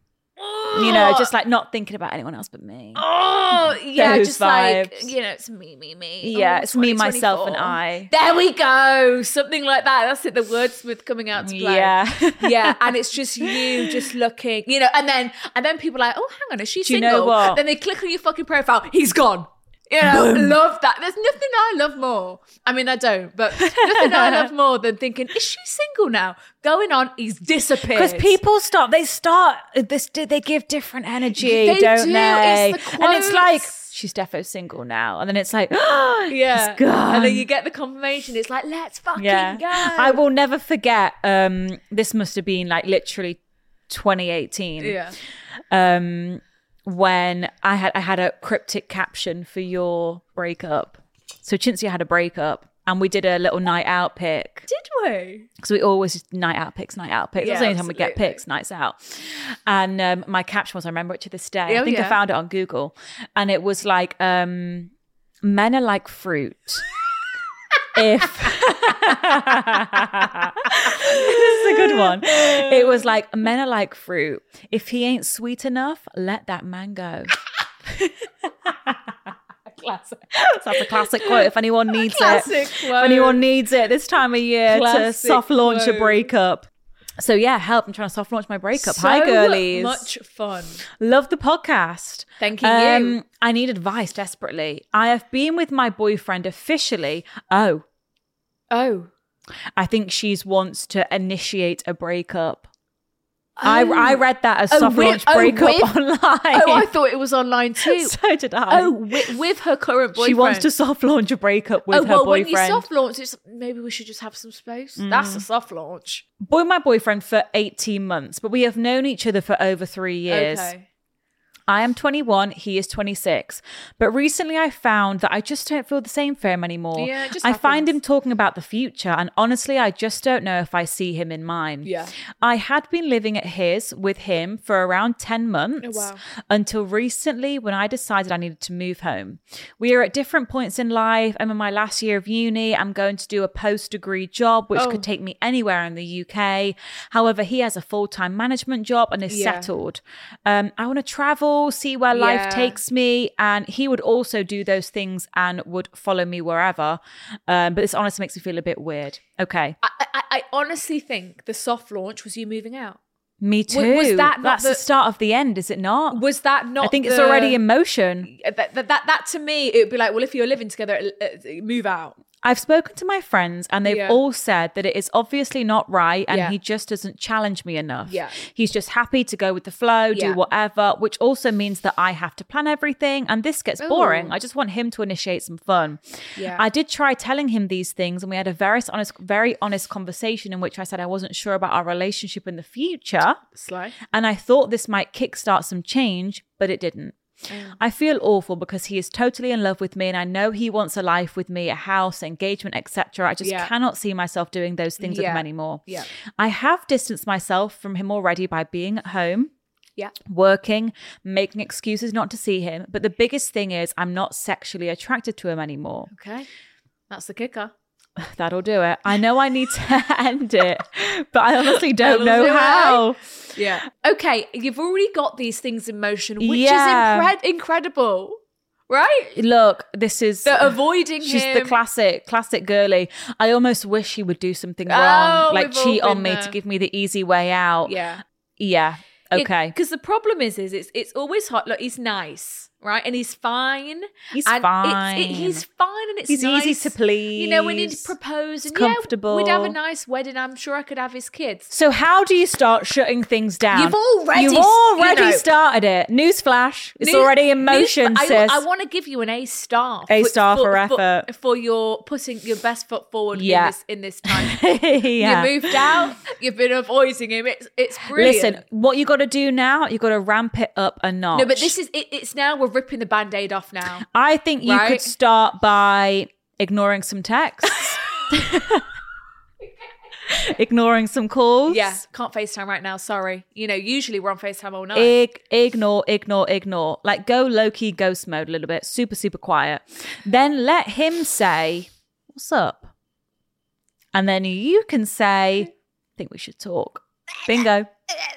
E: you know, just like not thinking about anyone else but me.
B: Oh, yeah,
E: Those
B: just like,
E: vibes.
B: you know, it's me, me, me.
E: Yeah,
B: Oh,
E: it's me, myself, and
B: 2024.
E: I.
B: There we go. Something like that. That's it. The wordsmith coming out to play.
E: Yeah.
B: <laughs> yeah. And it's
E: <laughs>
B: just you just looking, you know, and then and then people are like, oh, hang on, is she
E: Do you know
B: single?
E: what?
B: Then they click on your fucking profile. He's gone. You know, love that. There's nothing I love more. I mean, I don't, but nothing I
E: <laughs>
B: love more than thinking, is she single now? Going on, he's disappeared.
E: Because people start, they start this. They give different energy,
B: They
E: don't
B: do,
E: they?
B: it's the
E: and it's like
B: quotes.
E: she's defo single now, and then it's like, <gasps>
B: Yeah.
E: gone.
B: And then you get the confirmation. It's like, let's fucking
E: yeah.
B: go.
E: I will never forget. Um, this must have been like literally 2018.
B: Yeah.
E: Um, when I had I had a cryptic caption for your breakup. So Chintzy had a breakup, and we did a little night out pick.
B: Did we?
E: because we always just night out picks, night out picks. That's
B: Yeah,
E: the only time we get
B: absolutely.
E: picks, nights out. And um, my caption was, I remember it to this day.
B: Oh,
E: I think
B: yeah.
E: I found it on Google, and it was like, um, "Men are like fruit." if this is a good one, it was like, "Men are like fruit. If he ain't sweet enough, let that man go." <laughs> Classic. That's a classic quote. If anyone needs it,
B: Classic
E: if anyone needs it this time of year to
B: Classic
E: soft launch
B: quote.
E: a breakup. So yeah, help! I'm trying to soft launch my breakup.
B: So
E: Hi, girlies.
B: Much fun.
E: Love the podcast. Um,
B: Thanking you.
E: I need advice desperately. I have been with my boyfriend officially. Oh,
B: Oh.
E: I think she's wants to initiate a breakup. I, I read that as
B: Oh,
E: soft
B: with-
E: launch
B: oh,
E: breakup
B: with-
E: <laughs> online.
B: Oh, I thought it was online too.
E: <laughs> so did I.
B: oh, with, with her current boyfriend.
E: she wants to soft launch a breakup with
B: oh,
E: her
B: well,
E: boyfriend. Mm.
B: when you soft launch, it's maybe we should just have some space. That's a soft launch.
E: boy my boyfriend for 18 months but we have known each other for over three years
B: Okay.
E: i am 21 he is 26 but recently i found that i just don't feel the same for him anymore
B: Yeah, it just
E: i find
B: happens.
E: him talking about the future and honestly i just don't know if i see him in mine
B: Yeah.
E: i had been living at his with him for around 10 months
B: Oh, wow.
E: until recently when i decided i needed to move home we are at different points in life i'm in my last year of uni i'm going to do a post degree job which
B: Oh.
E: could take me anywhere in the uk however he has a full-time management job and is
B: Yeah.
E: settled um, i want to travel see where life
B: Yeah.
E: takes me and he would also do those things and would follow me wherever um, but this honestly makes me feel a bit weird okay
B: I, I, I honestly think the soft launch was you moving out.
E: me
B: W-
E: too
B: was that not
E: that's the-,
B: the-
E: start of the end is it not
B: Was that not?
E: Oh. i think it's
B: the-
E: already in motion
B: That, that, that, that to me, it would be like, well, if you're living together, uh, uh, move out.
E: I've spoken to my friends and they've
B: Yeah.
E: all said that it is obviously not right and
B: Yeah.
E: he just doesn't challenge me enough.
B: Yeah.
E: He's just happy to go with the flow,
B: Yeah.
E: do whatever, which also means that I have to plan everything and this gets boring.
B: Ooh.
E: I just want him to initiate some fun.
B: Yeah.
E: I did try telling him these things and we had a very honest very honest conversation in which I said I wasn't sure about our relationship in the future.
B: Sly.
E: And I thought this might kickstart some change, but it didn't. I feel awful because he is totally in love with me and I know he wants a life with me, a house, engagement, etc. I just
B: Yeah.
E: cannot see myself doing those things with him
B: Yeah.
E: anymore.
B: Yeah.
E: I have distanced myself from him already by being at home,
B: Yeah.
E: working, making excuses not to see him, but the biggest thing is I'm not sexually attracted to him anymore.
B: Okay. That's the kicker.
E: That'll do it. I know I need to <laughs> end it, but I honestly don't
B: That'll do
E: know
B: it.
E: how.
B: Yeah. Okay, you've already got these things in motion, which
E: Yeah.
B: is incre- incredible, right?
E: Look, this is
B: The avoiding
E: She's
B: him.
E: the classic, classic girly. I almost wish he would do something wrong,
B: Oh,
E: like
B: we've all
E: cheat on
B: been
E: me
B: there.
E: to give me the easy way out.
B: Yeah.
E: Yeah. Okay.
B: Because the problem is, is it's it's always hot. Look, he's nice, right? And he's fine.
E: He's
B: and
E: fine.
B: It's, it, he's fine, and it's
E: He's easy
B: nice.
E: to
B: You know, when he'd
E: please.
B: propose,
E: It's
B: and yeah,
E: comfortable.
B: we'd have a nice wedding. I'm sure I could have his kids.
E: so how do you start shutting things down?
B: You've already-
E: You've already
B: you know-
E: started it. Newsflash. It's
B: News-
E: already in
B: news-
E: motion,
B: I-
E: sis.
B: I, want to give you an A star.
E: A
B: for-
E: star for effort.
B: for your putting your best foot forward
E: Yeah.
B: in this in this
E: <laughs>
B: time.
E: <laughs> yeah.
B: You moved out. You've been avoiding him. It's it's brilliant.
E: Listen, what you got to do now? You got to ramp it up a notch.
B: no, but this is it, it's now we're ripping the band-aid off now.
E: I think you
B: Right?
E: could start by ignoring
B: <laughs>
E: some texts, ignoring some calls.
B: Yeah, can't FaceTime right now. Sorry. You know, usually we're on FaceTime all night.
E: Ig- ignore, ignore, ignore. Like go low key ghost mode a little bit, super, super quiet. Then let him say, What's up? And then you can say, I think we should talk. Bingo.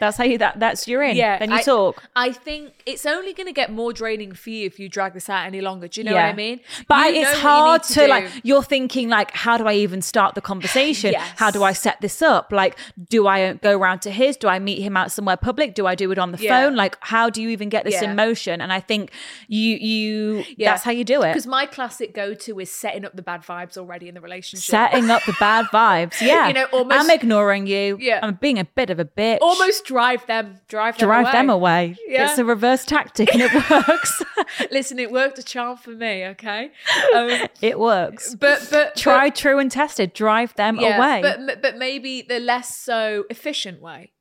E: That's how you that that's you're in.
B: Yeah,
E: Then you
B: I-
E: talk.
B: I think it's only going to get more draining for you if you drag this out any longer. Do you know
E: yeah.
B: what I mean?
E: But
B: You know what
E: it's
B: you
E: hard
B: need
E: to,
B: do.
E: like you're thinking like how do I even start the conversation?
B: <laughs> Yes.
E: How do I set this up? Like do I go round to his? Do I meet him out somewhere public? Do I do it on the
B: Yeah.
E: phone? Like how do you even get this
B: Yeah.
E: in motion? And I think you you that's how you do it.
B: <laughs> Because my classic go to is setting up the bad vibes already in the relationship.
E: Setting up the bad vibes.
B: <laughs>
E: Yeah.
B: You know, almost-
E: I'm ignoring you.
B: Yeah.
E: I'm being a bit of a bitch.
B: <laughs> Almost drive them, drive them
E: drive
B: away.
E: them away.
B: Yeah.
E: It's a reverse tactic and it works. <laughs>
B: Listen, it worked a charm for me, okay? Um,
E: it works.
B: but but
E: Try
B: but,
E: true and tested. Drive them
B: yeah,
E: away.
B: But but maybe the less so efficient way.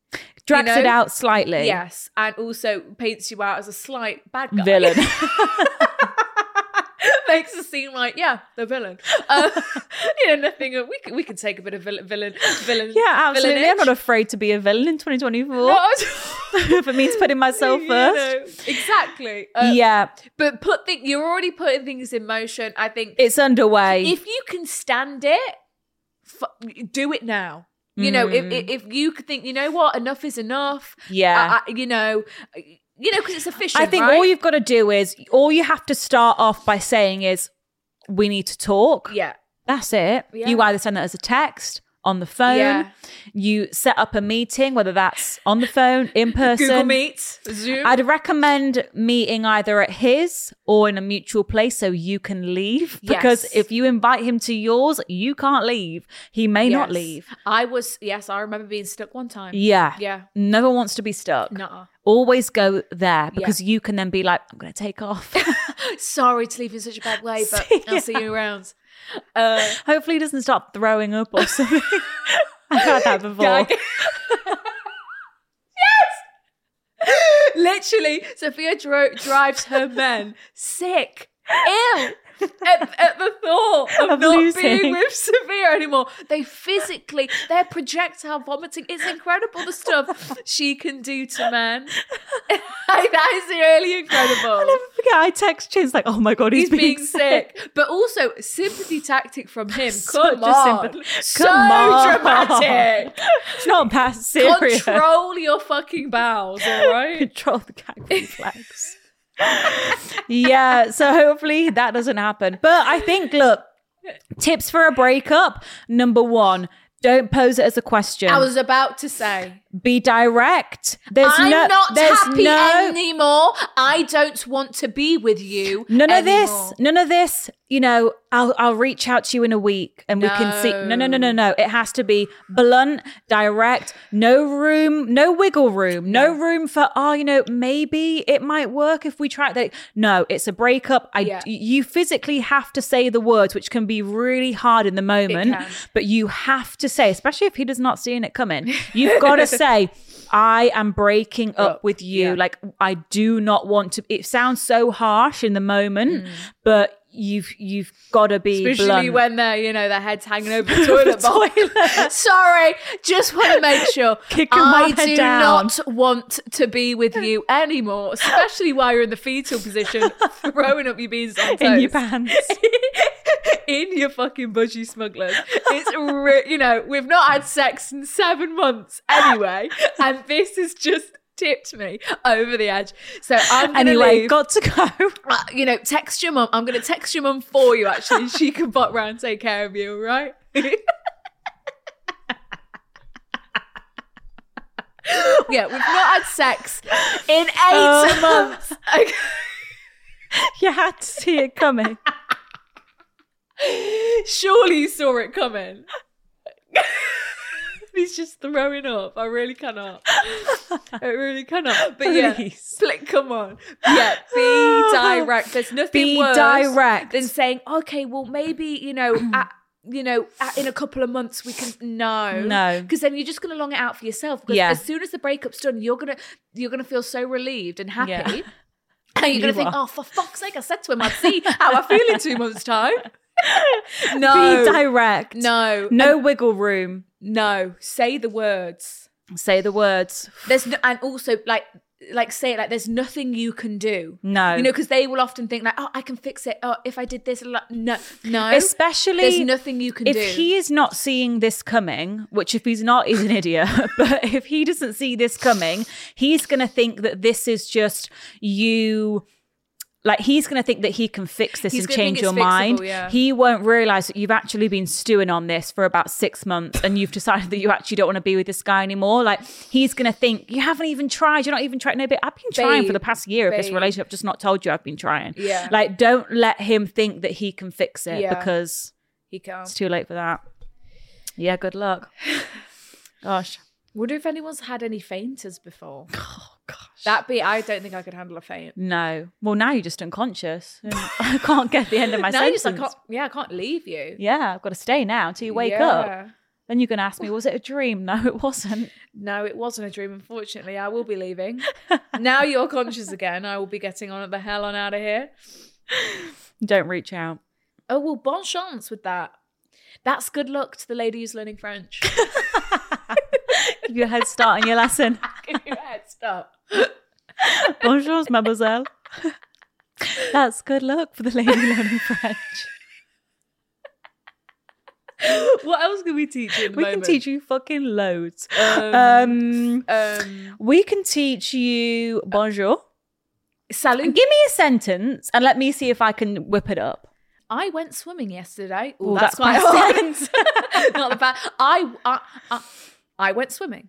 E: Drags
B: you know?
E: it out slightly.
B: Yes, and also paints you out as a slight bad guy. <laughs>
E: Villain.
B: Makes it seem like yeah, the villain. Um, <laughs> you know, nothing. uh, We can, we can take a bit of villain, villain, villain.
E: yeah, absolutely. I'm
B: villainage.
E: not afraid to be a villain in 2024.
B: No, I was-
E: <laughs> if it means putting myself
B: <laughs> You
E: first.
B: know, exactly. Uh,
E: yeah.
B: but put thi- you're already putting things in motion. I think
E: It's underway.
B: if you can stand it, fu- do it now. You know, if, if if you could think, you know what, enough is enough.
E: Mm. Yeah.
B: I, I, you know, you know, because it's efficient.
E: I think
B: right?
E: all you've got to do is, all you have to start off by saying is, we need to talk.
B: yeah,
E: That's it.
B: Yeah.
E: You either send that as a text on the phone,
B: Yeah.
E: you set up a meeting, whether that's on the phone, in person.
B: <laughs> Google Meet, Zoom.
E: I'd recommend meeting either at his or in a mutual place so you can leave. Because
B: Yes.
E: if you invite him to yours, you can't leave. He may not
B: Yes.
E: leave.
B: I was yes, I remember being stuck one time.
E: Yeah.
B: Yeah.
E: Never wants to be stuck.
B: Nuh-uh.
E: Always go there because you can then be like, I'm going to take off. <laughs>
B: Sorry to leave in such a bad way, but
E: See
B: I'll see you around. Uh,
E: Hopefully, he doesn't start throwing up or something. <laughs>
B: <laughs>
E: I've had that before. <laughs>
B: Gag. <laughs> Literally, Sophia dro- drives
E: <laughs>
B: her men sick, ill at, at the thought of,
E: Of
B: not
E: losing.
B: being with Sophia anymore. They physically, they're projectile vomiting. It's incredible the stuff she can do to men. <laughs> Like, that is really incredible.
E: I'll never forget. I text Chase like, "Oh my god, he's,
B: He's being sick, but also sympathy tactic from him.
E: Such
B: Come
E: a
B: on,
E: sympathy-
B: so
E: Come on.
B: dramatic.
E: It's <laughs>
B: <laughs>
E: not past serious.
B: Control your fucking bowels, all <laughs> right?
E: Control the gag reflex. yeah, so hopefully that doesn't happen. But I think, look, tips for a breakup. Number one, don't pose it as a question.
B: I was about to say,
E: Be direct. There's
B: I'm
E: no,
B: not
E: there's
B: happy
E: no,
B: anymore. I don't want to be with you.
E: None of
B: anymore.
E: this. None of this. You know, I'll I'll reach out to you in a week and we can see. No, no, no, no, no. It has to be blunt, direct. No room, no wiggle room. No room for oh, you know, maybe it might work if we try that. No, it's a breakup. I
B: Yeah.
E: you physically have to say the words, which can be really hard in the moment,
B: can.
E: but you have to say, especially if he does not seeing
B: <laughs>
E: it coming. You've got to say. I am breaking up
B: Up,
E: with you.
B: yeah.
E: Like I do not want to. It sounds so harsh in the moment, but you've you've got to be
B: Mm. Especially
E: blunt.
B: when they're, you know, their head's hanging
E: <laughs>
B: over the toilet bowl.
E: Toilet.
B: Sorry, just want to make sure
E: <laughs> Kick 'em
B: I
E: while they're
B: do
E: down.
B: not want to be with you anymore, especially while you're in the fetal
E: <laughs>
B: position, throwing up your beans on toast.
E: in your pants.
B: <laughs> in your fucking budgie smugglers. It's re- you know we've not had sex in seven months anyway, and this has just tipped me over the edge. So I'm <laughs> gonna
E: anyway,
B: leave.
E: got to go. <laughs>
B: Uh, you know, text your mum. I'm gonna text your mum for you. Actually, she can bot round, and take care of you. All right. <laughs> yeah, we've not had sex in eight
E: Oh.
B: months. <laughs> Okay.
E: you had to see it coming.
B: Surely you saw it coming. <laughs> He's just throwing up. I really cannot. I really cannot. <laughs> But yeah,
E: Please.
B: Like, come on. Yeah,
E: <sighs>
B: be direct. There's nothing
E: Be
B: worse
E: direct. Mm.
B: than saying, okay, well, maybe you know, at, you know, at, in a couple of months we can. No,
E: No.
B: because then you're just gonna long it out for yourself. Because
E: Yeah.
B: as soon as the breakup's done, you're gonna you're gonna feel so relieved and happy. <laughs>
E: Yeah.
B: And you're
E: You
B: gonna think,
E: are.
B: oh, for fuck's sake, I said to him, I'd see how I feel in two months'
E: <laughs>
B: time. no,
E: Be direct.
B: no,
E: No wiggle room.
B: no. Say the words.
E: Say the words.
B: There's no, and also like like say it like there's nothing you can do.
E: No.
B: You know, because they will often think like, oh, I can fix it. Oh, if I did this, lo- no, no.
E: Especially
B: there's nothing you can
E: if
B: do.
E: he is not seeing this coming, which if he's not, he's an idiot. <laughs> but if he doesn't see this coming, he's gonna think that this is just you. Like he's gonna think that he can fix this
B: He's
E: and
B: gonna think
E: change your
B: it's
E: mind.
B: fixable, yeah.
E: He won't realize that you've actually been stewing on this for about six months, and you've decided that you actually don't want to be with this guy anymore. Like he's gonna think you haven't even tried. You're not even trying. No, but I've been trying for
B: Babe,
E: the past year of this
B: babe.
E: relationship. I've just not told you I've been trying.
B: Yeah.
E: Like don't let him think that he can fix it
B: Yeah.
E: because
B: <laughs> he can't.
E: it's too late for that. Yeah,
B: <sighs>
E: good luck. Gosh.
B: Wonder if anyone's had any fainters before. Oh gosh. That be I don't think I could handle a faint.
E: No. Well, now you're just unconscious. <laughs> I can't get the end of my
B: now you
E: sentence.
B: just like can't, yeah, I can't leave you.
E: yeah, I've got to stay now until you wake up.
B: Yeah.
E: Then you're going to ask me, was it a dream? No, it wasn't. <laughs>
B: No, it wasn't a dream, unfortunately. I will be leaving. now you're
E: <laughs>
B: conscious again. I will be getting on at the hell on out of here.
E: Don't reach out.
B: Oh well, bon chance with that. That's good luck to the lady who's learning <laughs> French.
E: Give you a head start on your lesson. <laughs>
B: Give you a head start.
E: Bonjour, mademoiselle. <laughs> That's good luck for the lady learning <laughs> French.
B: What else can we teach you? In the
E: We can
B: moment?
E: teach you fucking loads.
B: Um,
E: Um,
B: um,
E: we can teach you bonjour.
B: salut.
E: Give me a sentence and let me see if I can whip it up.
B: I went swimming yesterday.
E: Ooh,
B: Oh, that's,
E: that's
B: quite
E: past
B: hard. <laughs>
E: tense.
B: Not the bad. I, I, I, I went swimming.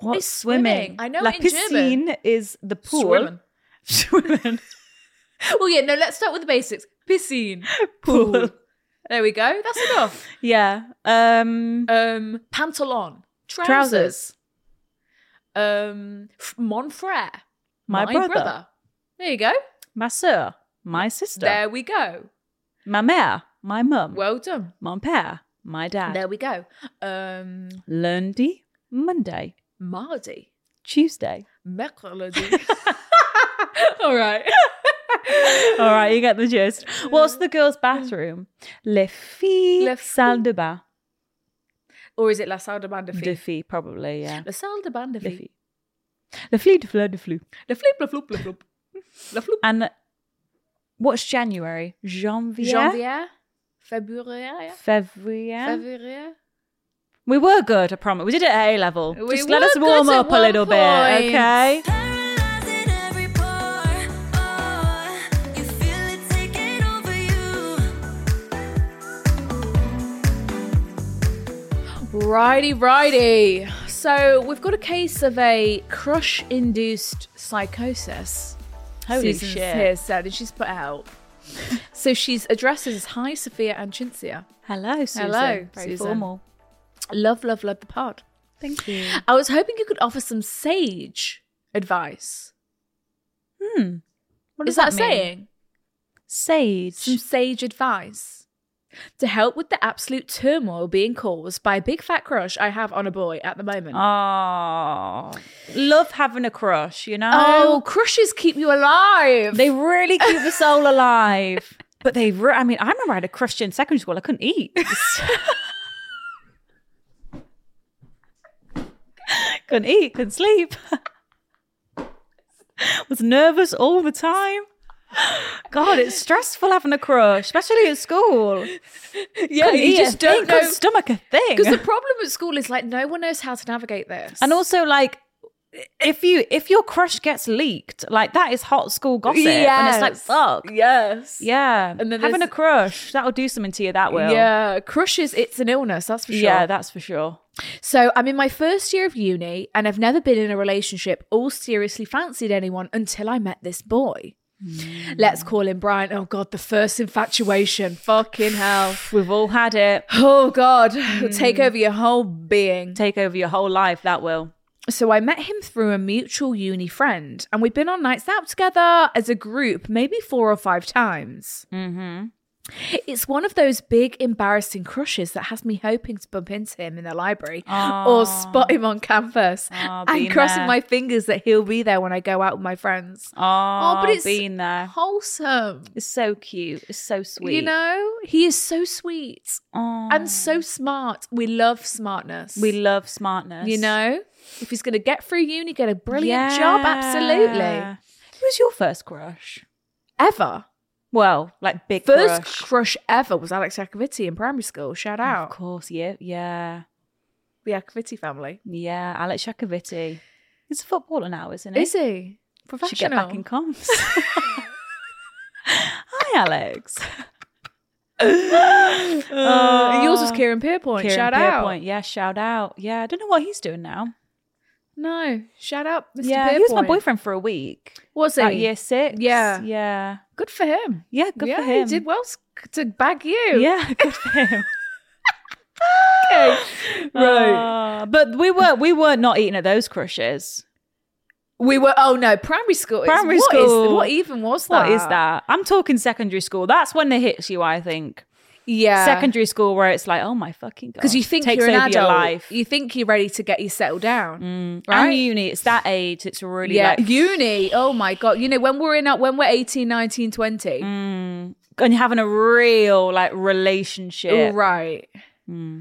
E: What
B: It's swimming. I know
E: La
B: it in
E: piscine
B: German.
E: is the pool.
B: Swimming.
E: <laughs> Swimming.
B: Well, yeah. No, let's start with the basics. Piscine.
E: Pool.
B: There we go. That's enough.
E: yeah. Um.
B: Um, pantalon. Trousers. Um, f- mon frere.
E: My brother.
B: There you go.
E: ma soeur. My sister.
B: There we go.
E: ma mère. My mum.
B: Well done.
E: Mon père. My dad.
B: There we go. Um,
E: Lundi. Monday.
B: Mardi.
E: Tuesday. <laughs>
B: Mercredi. <laughs> All right.
E: All right, you get the gist. What's the
B: Mm.
E: girls' bathroom? Le filles
B: Le
E: salle de bain.
B: Or is it La Salle de Bain de
E: De
B: Filles?
E: filles, probably, yeah.
B: La Salle de Bain de
E: Le
B: Filles.
E: filles. Le flea de fleur de flou.
B: La flip, la floop, la floop. La floop.
E: And what's January? Janvier.
B: Janvier. February.
E: February.
B: February.
E: We were good, I promise. We did it at A level.
B: We
E: Just let us
B: were good
E: warm
B: at
E: up a
B: one
E: little bit,
B: point.
E: okay?
A: Paralyzing every pore. Oh, you feel it taking over you.
B: Righty, righty. So we've got a case of a crush-induced psychosis.
E: Holy
B: Susan's
E: shit.
B: Here said, and she's put out. so she's addresses hi Sophia and Chintzia.
E: Hello, Susan.
B: Hello,
E: Very
B: Susan.
E: formal.
B: Love, love, love the pod.
E: Thank you.
B: I was hoping you could offer some sage advice.
E: Hmm. What
B: Is
E: does
B: that,
E: mean?
B: a saying? Some
E: Sage.
B: sage advice. To help with the absolute turmoil being caused by a big fat crush I have on a boy at the moment.
E: Oh. Love having a crush, you know?
B: oh, crushes keep you alive.
E: They really keep the soul alive. But they, re- I mean, I remember I had a crush in secondary school. I couldn't eat. <laughs> couldn't eat, couldn't sleep. <laughs> Was nervous all the time. God, it's stressful having a crush, especially at school.
B: <laughs> yeah,
E: Couldn't
B: you
E: eat a
B: just don't
E: thing, couldn't
B: know.
E: stomach a thing.
B: Because the problem at school is like no one knows how to navigate this.
E: and also, like, if you if your crush gets leaked, like that is hot school gossip, and it's like
B: Yes.
E: fuck.
B: yes,
E: Yeah.
B: And then
E: having
B: there's-
E: a crush, that'll do something to you, that will.
B: yeah, crushes. It's an illness, that's for sure.
E: Yeah, that's for sure.
B: So I'm in my first year of uni and I've never been in a relationship or seriously fancied anyone until I met this boy.
E: Hmm.
B: Let's call him Brian. Oh God, the first infatuation. Fucking hell.
E: We've all had it. <sighs>
B: Oh God. It'll
E: Hmm.
B: Take over your whole being.
E: Take over your whole life, that will.
B: So I met him through a mutual uni friend and we've been on nights out together as a group maybe four or five times.
E: Mm-hmm.
B: It's one of those big embarrassing crushes that has me hoping to bump into him in the library or spot him on campus
E: Aw,
B: and
E: been
B: crossing
E: there.
B: my fingers that he'll be there when I go out with my friends.
E: Oh,
B: oh, but it's
E: been there.
B: wholesome.
E: It's so cute. It's so sweet.
B: You know, he is so sweet
E: Aw.
B: and so smart. We love smartness.
E: we love smartness.
B: You know, if he's going to get through uni, get a brilliant job, absolutely.
E: Who was your first crush?
B: Ever.
E: Well, like big
B: First
E: crush.
B: crush. ever was Alex Iacovitti in primary school. Shout
E: Of
B: out
E: course, yeah, yeah,
B: the Iacovitti family.
E: yeah. Alex Shakoviti. He's a footballer now, isn't he?
B: Is he? Professional.
E: Should get back
B: <laughs>
E: in comms. Hi, Alex.
B: Uh, yours was Kieran Pierpoint.
E: Oh, Ah. Kieran
B: shout out.
E: Pierpoint. Yeah, shout out. Yeah, I don't know what he's doing now.
B: No, shout out, Mr.
E: yeah,
B: Pierpoint.
E: he was my boyfriend for a week.
B: Was
E: At
B: he?
E: year six.
B: Yeah.
E: Yeah.
B: Good for him.
E: Yeah, good
B: yeah,
E: for him.
B: he did well s- to bag you.
E: Yeah, <laughs> good for him.
B: Okay. <laughs> right.
E: Uh, but we were we were not eating at those crushes.
B: we were. Oh no, primary school. is-
E: Primary
B: what is-
E: school.
B: what even was that?
E: What is that? I'm talking secondary school. That's when it hits you, I think.
B: Yeah.
E: Secondary school where it's like, oh my fucking god,
B: Because you think
E: takes
B: you're an
E: over
B: adult.
E: your life. Mm,
B: You think you're ready to get you settled down.
E: And
B: right?
E: uni, it's that age. It's really
B: yeah.
E: like
B: Uni. Oh my god. You know when we're in when we're 18, 19, 20.
E: Mm. and you're having a real like relationship.
B: All right.
E: Mm.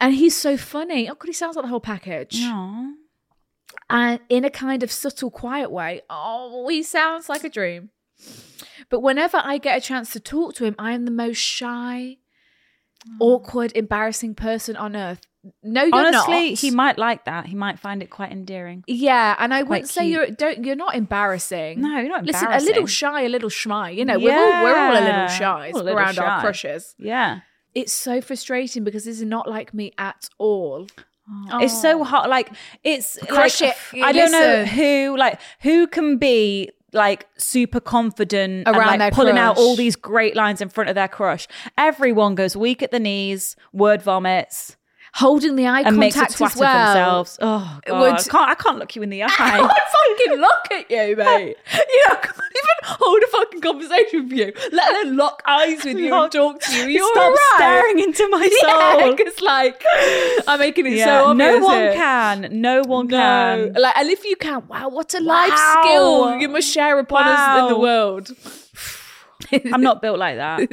B: And he's so funny. Oh god, he sounds like the whole package.
E: Aw.
B: and in a kind of subtle, quiet way, oh, he sounds like a dream. But whenever I get a chance to talk to him, I am the most shy,
E: Mm.
B: awkward, embarrassing person on earth. No, you're
E: Honestly,
B: not.
E: he might like that. He might find it quite endearing.
B: Yeah, and I
E: quite
B: wouldn't say
E: cute.
B: you're don't you're not embarrassing.
E: No, you're not
B: Listen, a little
E: embarrassing.
B: shy, a little shy. You know, we're all we're all a
E: Yeah.
B: little shy
E: All a little
B: around
E: shy.
B: our crushes.
E: Yeah.
B: It's so frustrating because this is not like me at all.
E: It's so hard. Like it's
B: Crush
E: like,
B: it.
E: <sighs>
B: You
E: I don't know
B: listen.
E: who like who can be like super confident and,
B: Around
E: like,
B: their
E: pulling out
B: crush.
E: all these great lines in front of their crush. Everyone goes weak at the knees, word vomits,
B: Holding the eye
E: and makes a
B: contact
E: twat
B: as
E: of
B: well.
E: themselves. Oh
B: It
E: God.
B: would- Oh,
E: I can't I can't look you in
B: <laughs>
E: the
B: I
E: eye.
B: can't fucking look at <laughs> you, mate. You know, I can't even hold a fucking conversation with you, let alone lock eyes with you
E: Lock-
B: and talk to you. You're
E: Stop
B: all right.
E: staring into my
B: <laughs> Yeah,
E: soul.
B: because like I'm making it
E: Yeah,
B: so obvious.
E: no one
B: here.
E: can. No one
B: No.
E: can.
B: Like, and if you can, wow, what a life
E: Um, Wow.
B: skill you must share upon us in the
E: Wow. <laughs>
B: world. <laughs>
E: I'm not built like that.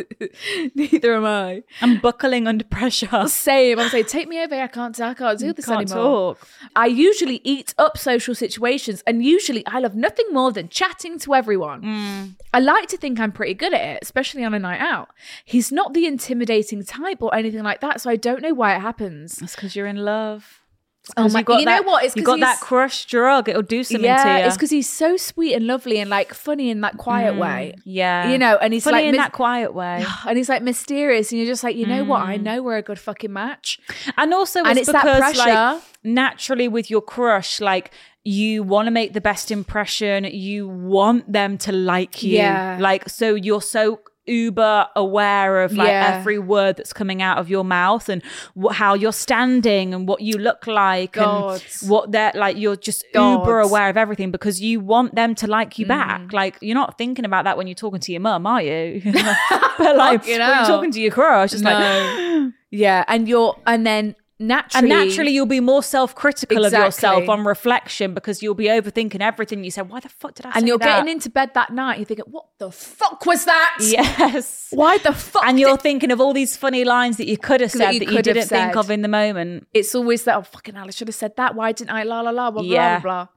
B: Neither am I.
E: I'm buckling under pressure. <laughs>
B: Same. I'm saying, take me over. I can't. I can't do this
E: Can't
B: anymore.
E: talk.
B: I usually eat up social situations, and usually I love nothing more than chatting to everyone.
E: Mm.
B: I like to think I'm pretty good at it, especially on a night out. He's not the intimidating type or anything like that, so I don't know why it happens.
E: That's because you're in love. It's
B: Oh
E: 'cause
B: my-
E: you've got
B: you know
E: that,
B: what? It's
E: you've
B: 'cause
E: got that
B: he's-
E: crush drug. It'll do something
B: yeah,
E: to you.
B: it's because he's so sweet and lovely and like funny in that quiet way.
E: Mm, yeah,
B: you know, and he's
E: Funny
B: like
E: in
B: mis-
E: that quiet way,
B: and he's like mysterious, and you're just like, you know what?
E: Mm.
B: I know we're a good fucking
E: <laughs>
B: match.
E: and also
B: And
E: it's,
B: it's that
E: because like
B: pressure.
E: naturally with your crush, like you want to make the best impression. You want them to like you,
B: Yeah.
E: like so you're so uber aware of like
B: Yeah.
E: every word that's coming out of your mouth and wh- how you're standing and what you look like
B: God.
E: and what they're like you're just uber
B: God. Mm.
E: aware aware of everything because you want them to like you back. Like you're not thinking about that when you're talking to your mum, are you? <laughs>
B: <laughs>
E: but like
B: Fucking
E: when you're
B: hell.
E: talking to your crush, it's like <gasps>
B: yeah, and you're, and then
E: and
B: naturally,
E: naturally you'll be more self-critical of yourself
B: Exactly.
E: on reflection because you'll be overthinking everything. You say, "Why the fuck did I?"
B: and
E: say
B: you're
E: that? <laughs>
B: getting into bed that night, you're thinking, what the fuck was that?
E: yes.
B: <laughs> Why the fuck?
E: And you're
B: did-
E: thinking of all these funny lines that you could have said
B: you
E: that you
B: could have
E: didn't think
B: said.
E: of in the moment.
B: it's always that, oh, fucking Alice should have said that. Why didn't I? La la la, blah, blah,
E: Yeah.
B: blah, blah.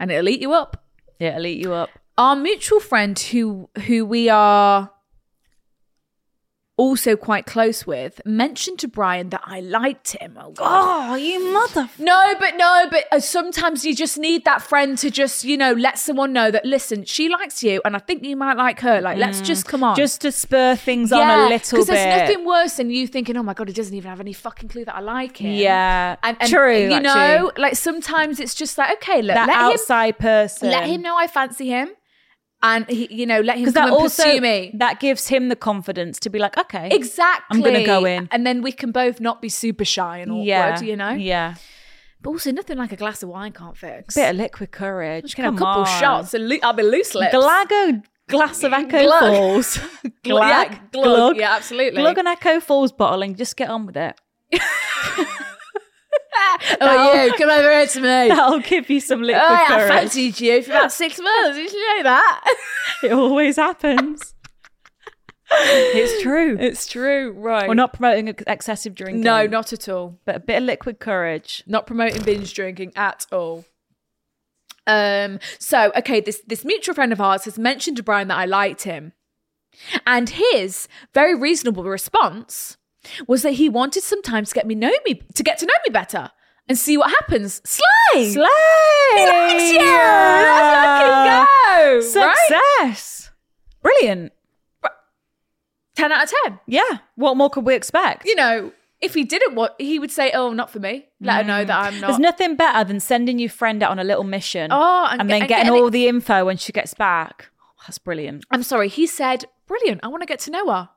B: And it'll eat you up.
E: It'll eat you up.
B: our mutual friend who who we are also quite close with mentioned to Brian that I liked him. Oh god.
E: Oh, you mother!
B: No, but no, but uh, sometimes you just need that friend to just, you know, let someone know that listen, she likes you and I think you might like her. Like, let's just come on.
E: Mm. Just to spur things on a little bit.
B: Because there's nothing worse than you thinking, oh my God, he doesn't even have any fucking clue that I like him.
E: Yeah.
B: And, and
E: True,
B: You know,
E: actually.
B: like sometimes it's just like, okay, look,
E: that
B: let him
E: outside person.
B: let him know I fancy him, and he, you know, let him
E: because
B: come
E: that
B: and
E: also
B: pursue me.
E: that gives him the confidence to be like, okay,
B: exactly.
E: I'm gonna go in.
B: and then we can both not be super shy and awkward.
E: yeah,
B: you know.
E: yeah,
B: But also, nothing like a glass of wine can't fix.
E: bit of liquid courage.
B: Just get a
E: come
B: couple <laughs>
E: on.
B: shots, and lo- I'll be loose lips.
E: Galago glass of Echo
B: Glug. <laughs>
E: Falls. <laughs>
B: Glug, yeah, glug,
E: Glug.
B: yeah, absolutely.
E: Glug an Echo Falls bottle and just get on with it. <laughs>
B: Oh, you come over here to <laughs> me.
E: That'll give you some liquid
B: Oh, I
E: courage.
B: fancied you for about six months. Did you know that? <laughs>
E: It always happens. it's true.
B: It's true, right?
E: We're not promoting ex- excessive drinking.
B: No, not at all.
E: But a bit of liquid courage.
B: Not promoting binge drinking at all. Um. So, okay, this this mutual friend of ours has mentioned to Brian that I liked him, and his very reasonable response was that he wanted some time to get me know me to get to know me better and see what happens. Slay,
E: Slay!
B: He likes you! Let's fucking go! Right?
E: Success! Brilliant.
B: Ten out of ten.
E: Yeah. What more could we expect?
B: You know, if he didn't want, he would say, "Oh, not for me." Let her know that I'm not.
E: Mm. There's nothing better than sending your friend out on a little mission
B: Oh, and
E: and,
B: get-
E: then
B: and
E: getting,
B: getting
E: all
B: it-
E: the info when she gets back. Oh, That's brilliant.
B: I'm sorry. He said, "Brilliant. I want to get to know her."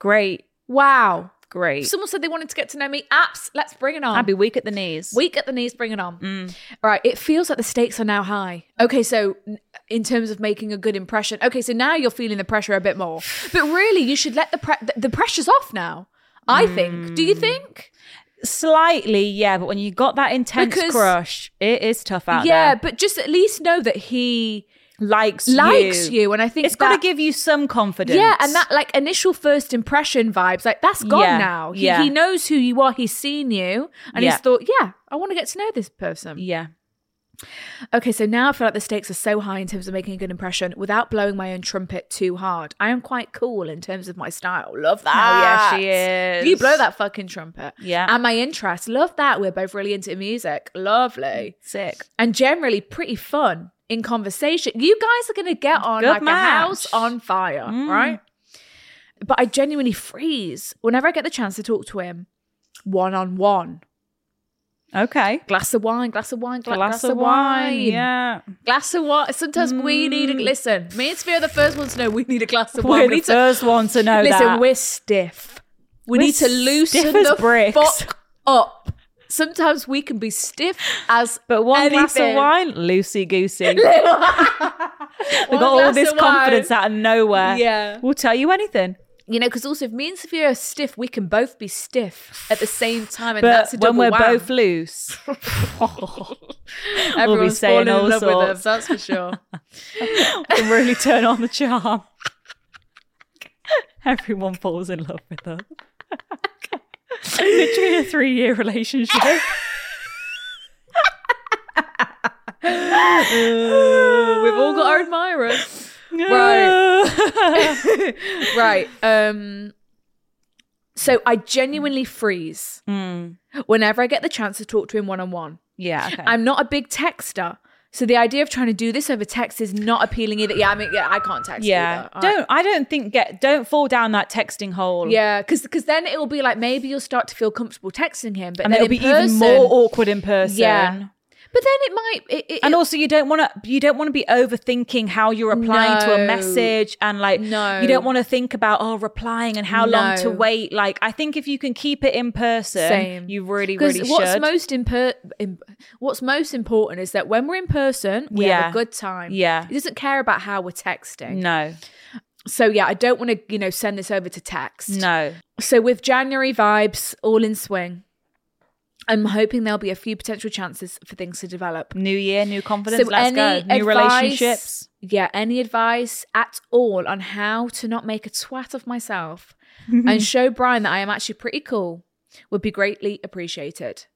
E: Great.
B: Wow.
E: Great.
B: Someone said they wanted to get to know me. Apps, let's bring it on.
E: I'd be Mm. weak at the knees.
B: Weak at the knees, bring it on. All right, it feels like the stakes are now high. Okay, so n- in terms of making a good impression, okay, so now you're feeling the pressure a bit
E: <sighs>
B: more. But really, you should let the pre- th- the pressure's off now. I think. Do
E: Mm.
B: you think?
E: Slightly, yeah, but when you got that intense
B: Because-
E: crush, it is tough out
B: yeah,
E: Ah, there.
B: but just at least know that he
E: likes
B: likes you, and I think
E: it's got to
B: that-
E: give you some confidence.
B: Yeah, and that like initial first impression vibes, like that's gone
E: Yeah,
B: now. He,
E: yeah.
B: he knows who you are. He's seen you, and
E: Yeah.
B: he's thought, yeah, I want to get to know this person.
E: yeah,
B: Okay, so now I feel like the stakes are so high in terms of making a good impression without blowing my own trumpet too hard. I am quite cool in terms of my style. Love that.
E: Oh, yeah, she
B: You
E: is.
B: blow that fucking trumpet.
E: Yeah.
B: And my interest. Love that. We're both really into music. Lovely.
E: sick.
B: And generally pretty fun in conversation. You guys are going to get on
E: Good
B: like
E: match. Mm.
B: a house on fire, right? But I genuinely freeze whenever I get the chance to talk to him one on one.
E: Okay,
B: Glass of wine, glass of wine, gla- glass, of wine.
E: Yeah,
B: Glass of water. Sometimes we need a listen. Me and Sophia are the first ones to know we need a glass of wine.
E: Mm. we're
B: we
E: the
B: need
E: first one to know
B: listen,
E: that.
B: we're stiff. We
E: We're
B: need to loosen
E: stiff as
B: the
E: bricks.
B: fuck up. Sometimes we can be stiff as
E: but one glass of
B: anything. <laughs>
E: wine, loosey goosey. we got
B: One
E: all
B: glass
E: this
B: of wine.
E: confidence out of nowhere.
B: Yeah.
E: we'll tell you anything.
B: You know, because also if me and Sophia are stiff, we can both be stiff at the same time, and
E: But
B: that's a
E: when
B: double
E: we're
B: wham.
E: both loose,
B: <laughs>
E: <laughs>
B: everyone's
E: saying
B: falling
E: all
B: in love with
E: sorts.
B: us. That's for sure.
E: can really turn on the charm. Everyone falls in love with her. Literally a three-year relationship.
B: We've all got our
E: <laughs>
B: admirers. Right. right. Um so I genuinely freeze whenever I get the chance to talk to him one on one.
E: Yeah. Hmm. Okay.
B: I'm not a big texter. So the idea of trying to do this over text is not appealing either. Yeah, I mean, yeah, I can't text.
E: yeah.
B: either. I-
E: Don't. I don't think. Get. Don't fall down that texting hole.
B: yeah, because then it will be like maybe you'll start to feel comfortable texting him, but
E: And
B: then
E: then it'll
B: in
E: be even
B: person-
E: more awkward in person.
B: Yeah, but then it might. It, it,
E: And
B: it-
E: also, you don't want to. You don't want to be overthinking how you're replying to a
B: No.
E: message, and like,
B: No.
E: you don't want to think about oh, replying and how long to
B: No.
E: wait. Like, I think if you can keep it in person,
B: Same.
E: you really,
B: 'Cause
E: really
B: what's
E: should.
B: most imper- im- what's most important is that when we're in person, we
E: Yeah.
B: have a good time.
E: Yeah.
B: he doesn't care about how we're texting.
E: no,
B: So yeah, I don't want to you know send this over to text.
E: no.
B: So with January vibes all in swing, I'm hoping there'll be a few potential chances for things to develop.
E: New year, new confidence.
B: so
E: let's go.
B: any
E: New
B: advice-
E: relationships.
B: Yeah, any advice at all on how to not make a twat of
E: <laughs>
B: myself and show Brian that I am actually pretty cool would be greatly appreciated.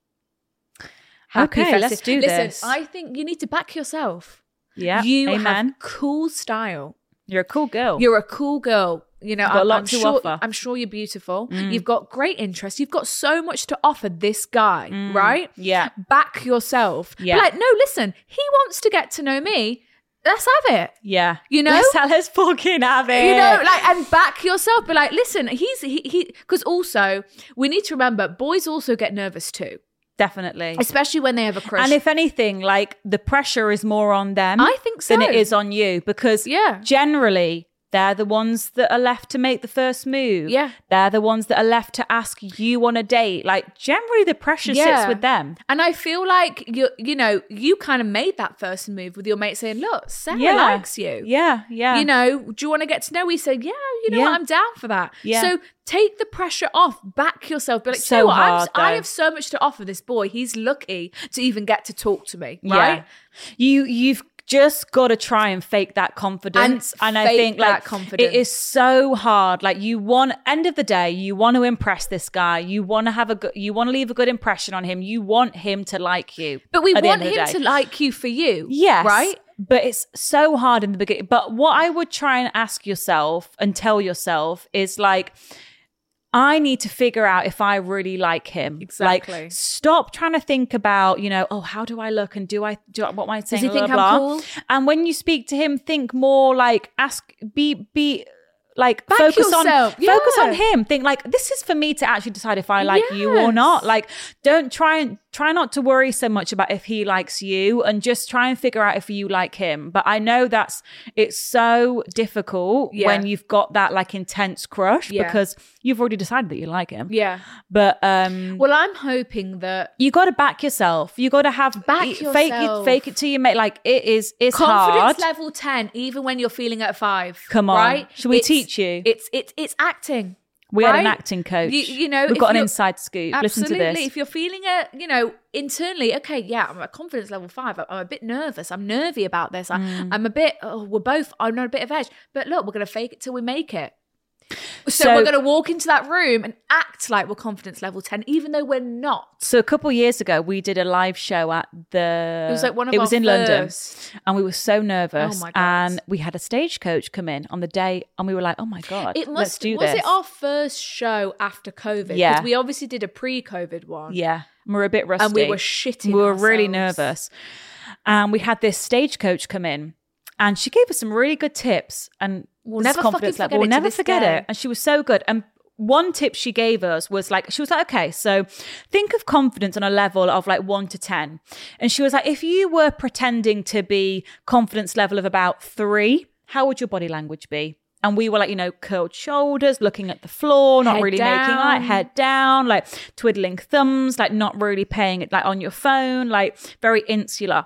B: Happy
E: Okay,
B: festive-
E: let's do
B: Listen,
E: this.
B: I think you need to back yourself.
E: yeah,
B: you
E: amen.
B: have cool style.
E: You're a cool girl.
B: You're a cool girl. You know,
E: Oh. You've got a
B: I'm,
E: lot
B: I'm
E: to
B: sure,
E: offer. Mm.
B: I'm sure you're beautiful. You've got great interests. You've got so much to offer this guy, right?
E: Mm. yeah.
B: Back yourself. Be
E: Yeah.
B: Like, no, listen, he wants to get to know me. Let's have it.
E: Yeah.
B: You know?
E: Let's, let's fucking have it.
B: You know, like, and back yourself. Be like, listen, he's, he, he, because also, we need to remember boys also get nervous too,
E: Definitely.
B: especially when they have a crush.
E: And if anything, like the pressure is more on them
B: I think
E: than it
B: so.
E: is on you because
B: Yeah.
E: generally They're the ones that are left to make the first move.
B: Yeah.
E: They're the ones that are left to ask you on a date. Like generally the pressure sits with them.
B: And I feel like you you know, you kind of made that first move with your mate saying, Look, Sarah
E: Yeah.
B: likes you.
E: Yeah, yeah.
B: You know, do you want to get to know? We say, yeah, you know
E: Yeah.
B: what, I'm down for that.
E: Yeah.
B: So take the pressure off, back yourself. Be like,
E: So
B: so you know what? I've-
E: hard,
B: I
E: though.
B: have so much to offer this boy. He's lucky to even get to talk to me,
E: Yeah.
B: right?
E: You you've just got to try and fake that confidence. And, I
B: fake
E: think
B: that
E: like
B: confidence.
E: it is so hard. Like you want end of the day, you want to impress this guy. You want to have a good you want to leave a good impression on him. You want him to like you.
B: But we
E: at the
B: want
E: end of the
B: him
E: day.
B: to like you for you,
E: Yes.
B: right?
E: But it's so hard in the beginning. But what I would try and ask yourself and tell yourself is like, I need to figure out if I really like him.
B: Exactly.
E: Like, stop trying to think about, you know, oh, how do I look and do I do I, what am I saying?
B: he
E: blah,
B: think
E: blah,
B: I'm
E: blah.
B: cool?
E: And when you speak to him, think more like ask, be be like
B: Back
E: focus
B: yourself.
E: on focus on
B: Yeah.
E: him. Think like this is for me to actually decide if I like you or
B: Yes.
E: not. Like, don't try and try not to worry so much about if he likes you, and just try and figure out if you like him. But I know that's it's so difficult
B: Yeah.
E: when you've got that like intense crush
B: Yeah.
E: because you've already decided that you like him.
B: Yeah.
E: But um,
B: Well, I'm hoping that
E: you got to back yourself. You got to have
B: Back
E: e- fake it,
B: yourself.
E: fake it till you make like it is. It's hard.
B: confidence level 10 even when you're feeling at 5
E: Come on.
B: right
E: Shall we teach you?
B: it's it's it's acting
E: We had an
B: right?
E: acting coach.
B: you, you know
E: We've
B: if
E: got an
B: you're-
E: inside scoop. Listen to
B: absolutely
E: this.
B: if you're feeling a you know internally okay yeah i'm at confidence level 5 I- i'm a bit nervous i'm nervy about this I,
E: Mm.
B: i'm a bit oh, we're both i'm not a bit of edge but look we're going to fake it till we make it so,
E: So-
B: we're going to walk into that room and act like we're confidence level 10 even though we're not
E: So a couple years ago, we did a live show at the.
B: It was like one of
E: It was
B: our
E: in
B: first.
E: London, and we were so nervous.
B: Oh my God.
E: And we had a stagecoach come in on the day, and we were like, "Oh my god,
B: it
E: let's
B: must
E: do
B: was
E: this."
B: it our first show after covid 'Cause
E: Yeah.
B: we obviously did a pre-covid one
E: Yeah, and we were a bit rusty,
B: And we were shitting
E: We were really
B: ourselves.
E: nervous, and we had this stagecoach come in, and she gave us some really good tips. And
B: We'll
E: this
B: never
E: confidence
B: fucking forget
E: level- we'll
B: it to
E: never
B: this
E: forget
B: day.
E: it. And she was so good. And one tip she gave us was like, she was like, okay, so think of confidence on a level of like one to 10. And she was like, if you were pretending to be confidence level of about three, how would your body language be? And we were like, you know, curled shoulders, looking at the floor, not
B: Head
E: really making eye,
B: down.
E: head down, like twiddling thumbs, like not really paying it, like on your phone, like very insular.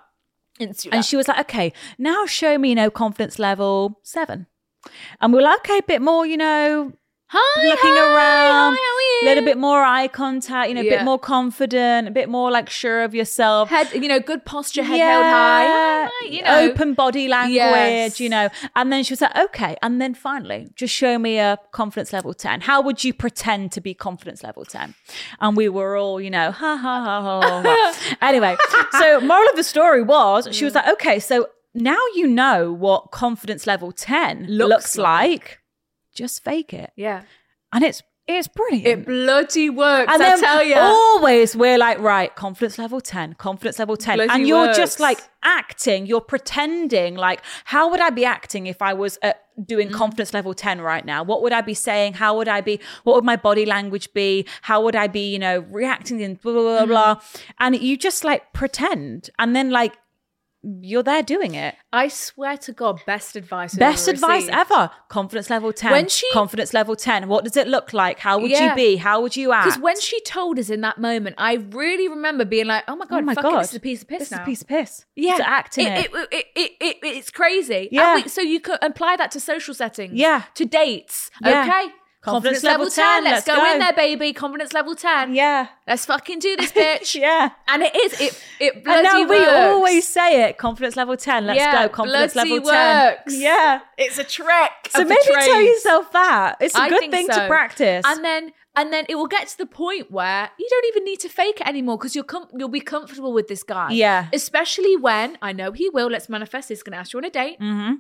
B: Insular.
E: And she was like, okay, now show me, you know, confidence level seven. And we were like, okay, a bit more, you know,
B: hi,
E: looking
B: hi,
E: around,
B: hi, how are you?
E: a little bit more eye contact, you know, a bit
B: Yeah.
E: more confident, a bit more like sure of yourself.
B: head, you know, good posture, head held high,
E: Yeah.
B: Hi, you know,
E: open body language,
B: Yes.
E: you know. And then she was like, okay. And then finally, just show me a confidence level 10. How would you pretend to be confidence level 10? And we were all, you know, ha ha ha ha.
B: <laughs>
E: ha. anyway, so moral of the story was she
B: Mm.
E: was like, okay, so now you know what confidence level 10 looks, like. Just fake it.
B: Yeah,
E: And it's it's brilliant.
B: it bloody works.
E: And
B: I
E: then
B: tell you,
E: always we're like, right, confidence level 10, confidence level 10.
B: Bloody
E: and you're
B: works.
E: just like acting, you're pretending like, how would I be acting if I was uh, doing
B: Mm.
E: confidence level 10 right now? What would I be saying? How would I be, what would my body language be? How would I be, you know, reacting and blah, blah, blah, blah.
B: Mm-hmm.
E: And you just like pretend. And then like, you're there doing it.
B: I swear to God, best advice. I've
E: Best
B: ever
E: advice
B: received.
E: ever. Confidence level 10.
B: When she-
E: confidence level 10. What does it look like? How would
B: Yeah.
E: you be? How would you act?
B: Because when she told us in that moment, I really remember being like, "Oh my god,
E: oh my
B: fuck
E: god,
B: It, this is a piece of piss
E: This
B: now."
E: is a piece of piss.
B: yeah,
E: it's acting it.
B: It, it, it, it, it, it's crazy. And
E: Yeah.
B: we- so you could apply that to social settings.
E: Yeah.
B: To dates.
E: Yeah.
B: Okay.
E: Confidence level 10,
B: Let's,
E: let's
B: go, in
E: go.
B: there, baby. Confidence level ten.
E: yeah,
B: Let's fucking do
E: <laughs>
B: this, bitch.
E: yeah.
B: And it is. It it bloody
E: And now we
B: works.
E: always say it. Confidence level ten. Let's
B: Yeah,
E: go. Confidence
B: bloody
E: level ten.
B: works.
E: Yeah.
B: It's a trick.
E: So
B: of the
E: maybe tell
B: trade.
E: yourself that it's a
B: I
E: good
B: think
E: thing to
B: so.
E: practice.
B: And then and then it will get to the point where you don't even need to fake it anymore because you'll com- you'll be comfortable with this guy.
E: Yeah.
B: Especially when I know he will. Let's manifest. He's going to ask you on a date.
E: Mm-hmm.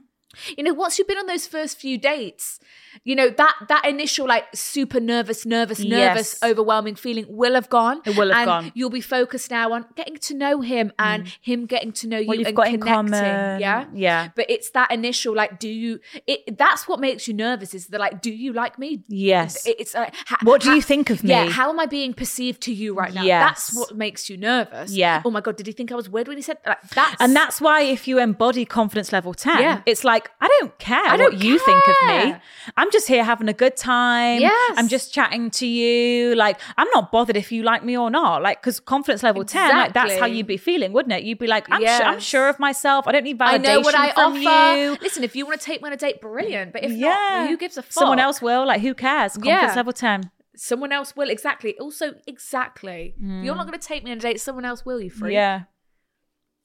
B: You know, once you've been on those first few dates, you know that that initial like super nervous, nervous, nervous,
E: Yes.
B: overwhelming feeling will have gone.
E: It will have
B: and
E: gone. Mm.
B: You'll be focused now on getting to know him and him getting to know you
E: What you've
B: and
E: got in
B: connecting.
E: common.
B: Yeah,
E: Yeah.
B: But it's that initial like, do you? It that's what makes you nervous. Is the like, do you like me?
E: yes,
B: It- It's like, ha-
E: What do
B: ha-
E: you think of
B: Yeah,
E: me?
B: how am I being perceived to you right now?
E: Yes.
B: That's what makes you nervous.
E: Yeah.
B: Oh my god, did he think I was weird when he said like, that's
E: and that's why if you embody confidence level ten,
B: Yeah.
E: it's like like, I don't care
B: I
E: what
B: don't
E: you think of me.
B: care.
E: I'm just here having a good time.
B: Yes.
E: I'm just chatting to you. Like, I'm not bothered if you like me or not. Like, because confidence level 10, like, that's how
B: Exactly.
E: you'd be feeling, wouldn't it? You'd be like, I'm, su- I'm
B: Yes.
E: sure of myself. I don't need validation
B: I know what I
E: from
B: offer.
E: you.
B: Listen, if you want to take me on a date, brilliant. But if
E: yeah.
B: not, who gives a fuck?
E: Someone else will. Like, who cares? Confidence
B: Yeah.
E: level 10.
B: Someone else will. Exactly. Also, exactly. You're not going to take me on a date. Someone else will. You free.
E: Hmm. Yeah.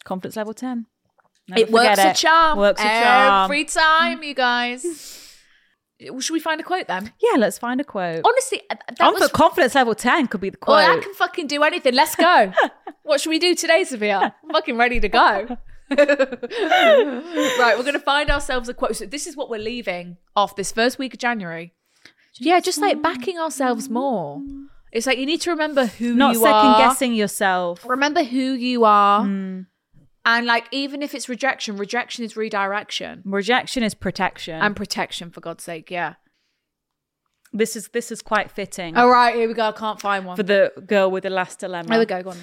E: Confidence level 10. Never
B: it works
E: forget
B: a charm.
E: Works a charm.
B: every time, you guys. <laughs> Should we find a quote then?
E: yeah, let's find a quote.
B: Honestly, uh, that
E: I'm
B: was.
E: for confidence level 10 could be the
B: Oh,
E: quote.
B: I can fucking do anything. Let's
E: <laughs>
B: go. what should we do today, Sophia? I'm fucking ready to go.
E: <laughs>
B: right, we're going to find ourselves a quote. So this is what we're leaving off this first week of January. yeah, just like backing ourselves more. It's like you need to remember who
E: Not
B: you
E: second
B: are.
E: guessing Hmm. yourself.
B: Remember who you are. And like, even if it's rejection, rejection is redirection
E: Rejection is protection.
B: and protection, for God's sake. Yeah.
E: this is this is quite fitting
B: All right, here we go. I can't find one.
E: for the girl with the last dilemma.
B: there we go. Go on.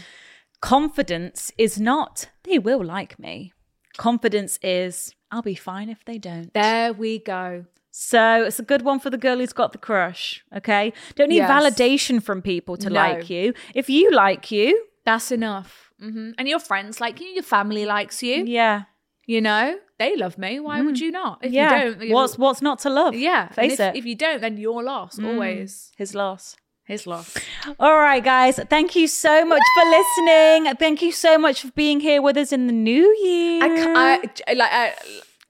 E: Confidence is not they will like me. Confidence is I'll be fine if they don't.
B: There we go.
E: So it's a good one for the girl who's got the crush. Okay, don't need
B: Yes.
E: validation from people to
B: No.
E: like you. If you like you,
B: That's enough. hmm And your friends like you, your family likes you.
E: yeah, Mm.
B: You know, they love me. Why would you not? If
E: yeah.
B: you don't,
E: what's what's not to love?
B: yeah. and
E: face
B: if,
E: it. Mm.
B: If you don't, then your loss always.
E: His loss.
B: His loss.
E: All right, guys. Thank you so much for listening. Thank you so much for being here with us in the new year.
B: I, can't, I like I,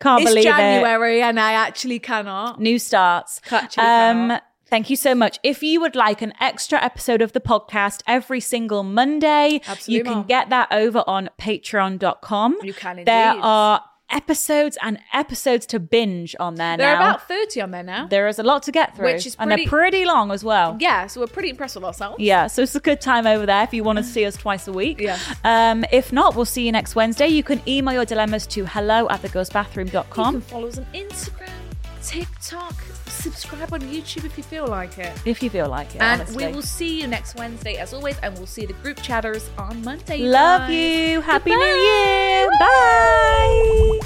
E: Can't
B: it's
E: believe it.
B: January and I actually cannot.
E: New starts.
B: Can't check it out.
E: thank you so much. If you would like an extra episode of the podcast every single Monday,
B: Absolutely,
E: you can
B: Mom.
E: get that over on patreon.com.
B: You can
E: There
B: indeed.
E: are episodes and episodes to binge on there
B: There are
E: now.
B: about thirty on there now.
E: there is a lot to get through.
B: Which is
E: and they're
B: pretty-
E: pretty long as well.
B: yeah, so we're pretty impressed with ourselves.
E: Yeah, so it's a good time over there if you want to see us twice a week.
B: Yeah.
E: Um, if not, we'll see you next Wednesday. You can email your dilemmas to hello at
B: You can
E: thegirlsbathroom.com.
B: follow us on Instagram, TikTok, subscribe on YouTube if you feel like it.
E: If you feel like it.
B: and
E: honestly.
B: we will see you next Wednesday, as always, and we'll see the group chatters on Monday. you
E: Love
B: guys.
E: you. Happy New
B: Goodbye.
E: Year. Bye.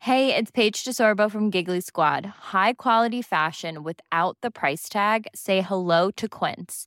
C: Hey, it's Paige DeSorbo from Giggly Squad. High quality fashion without the price tag. Say hello to Quince.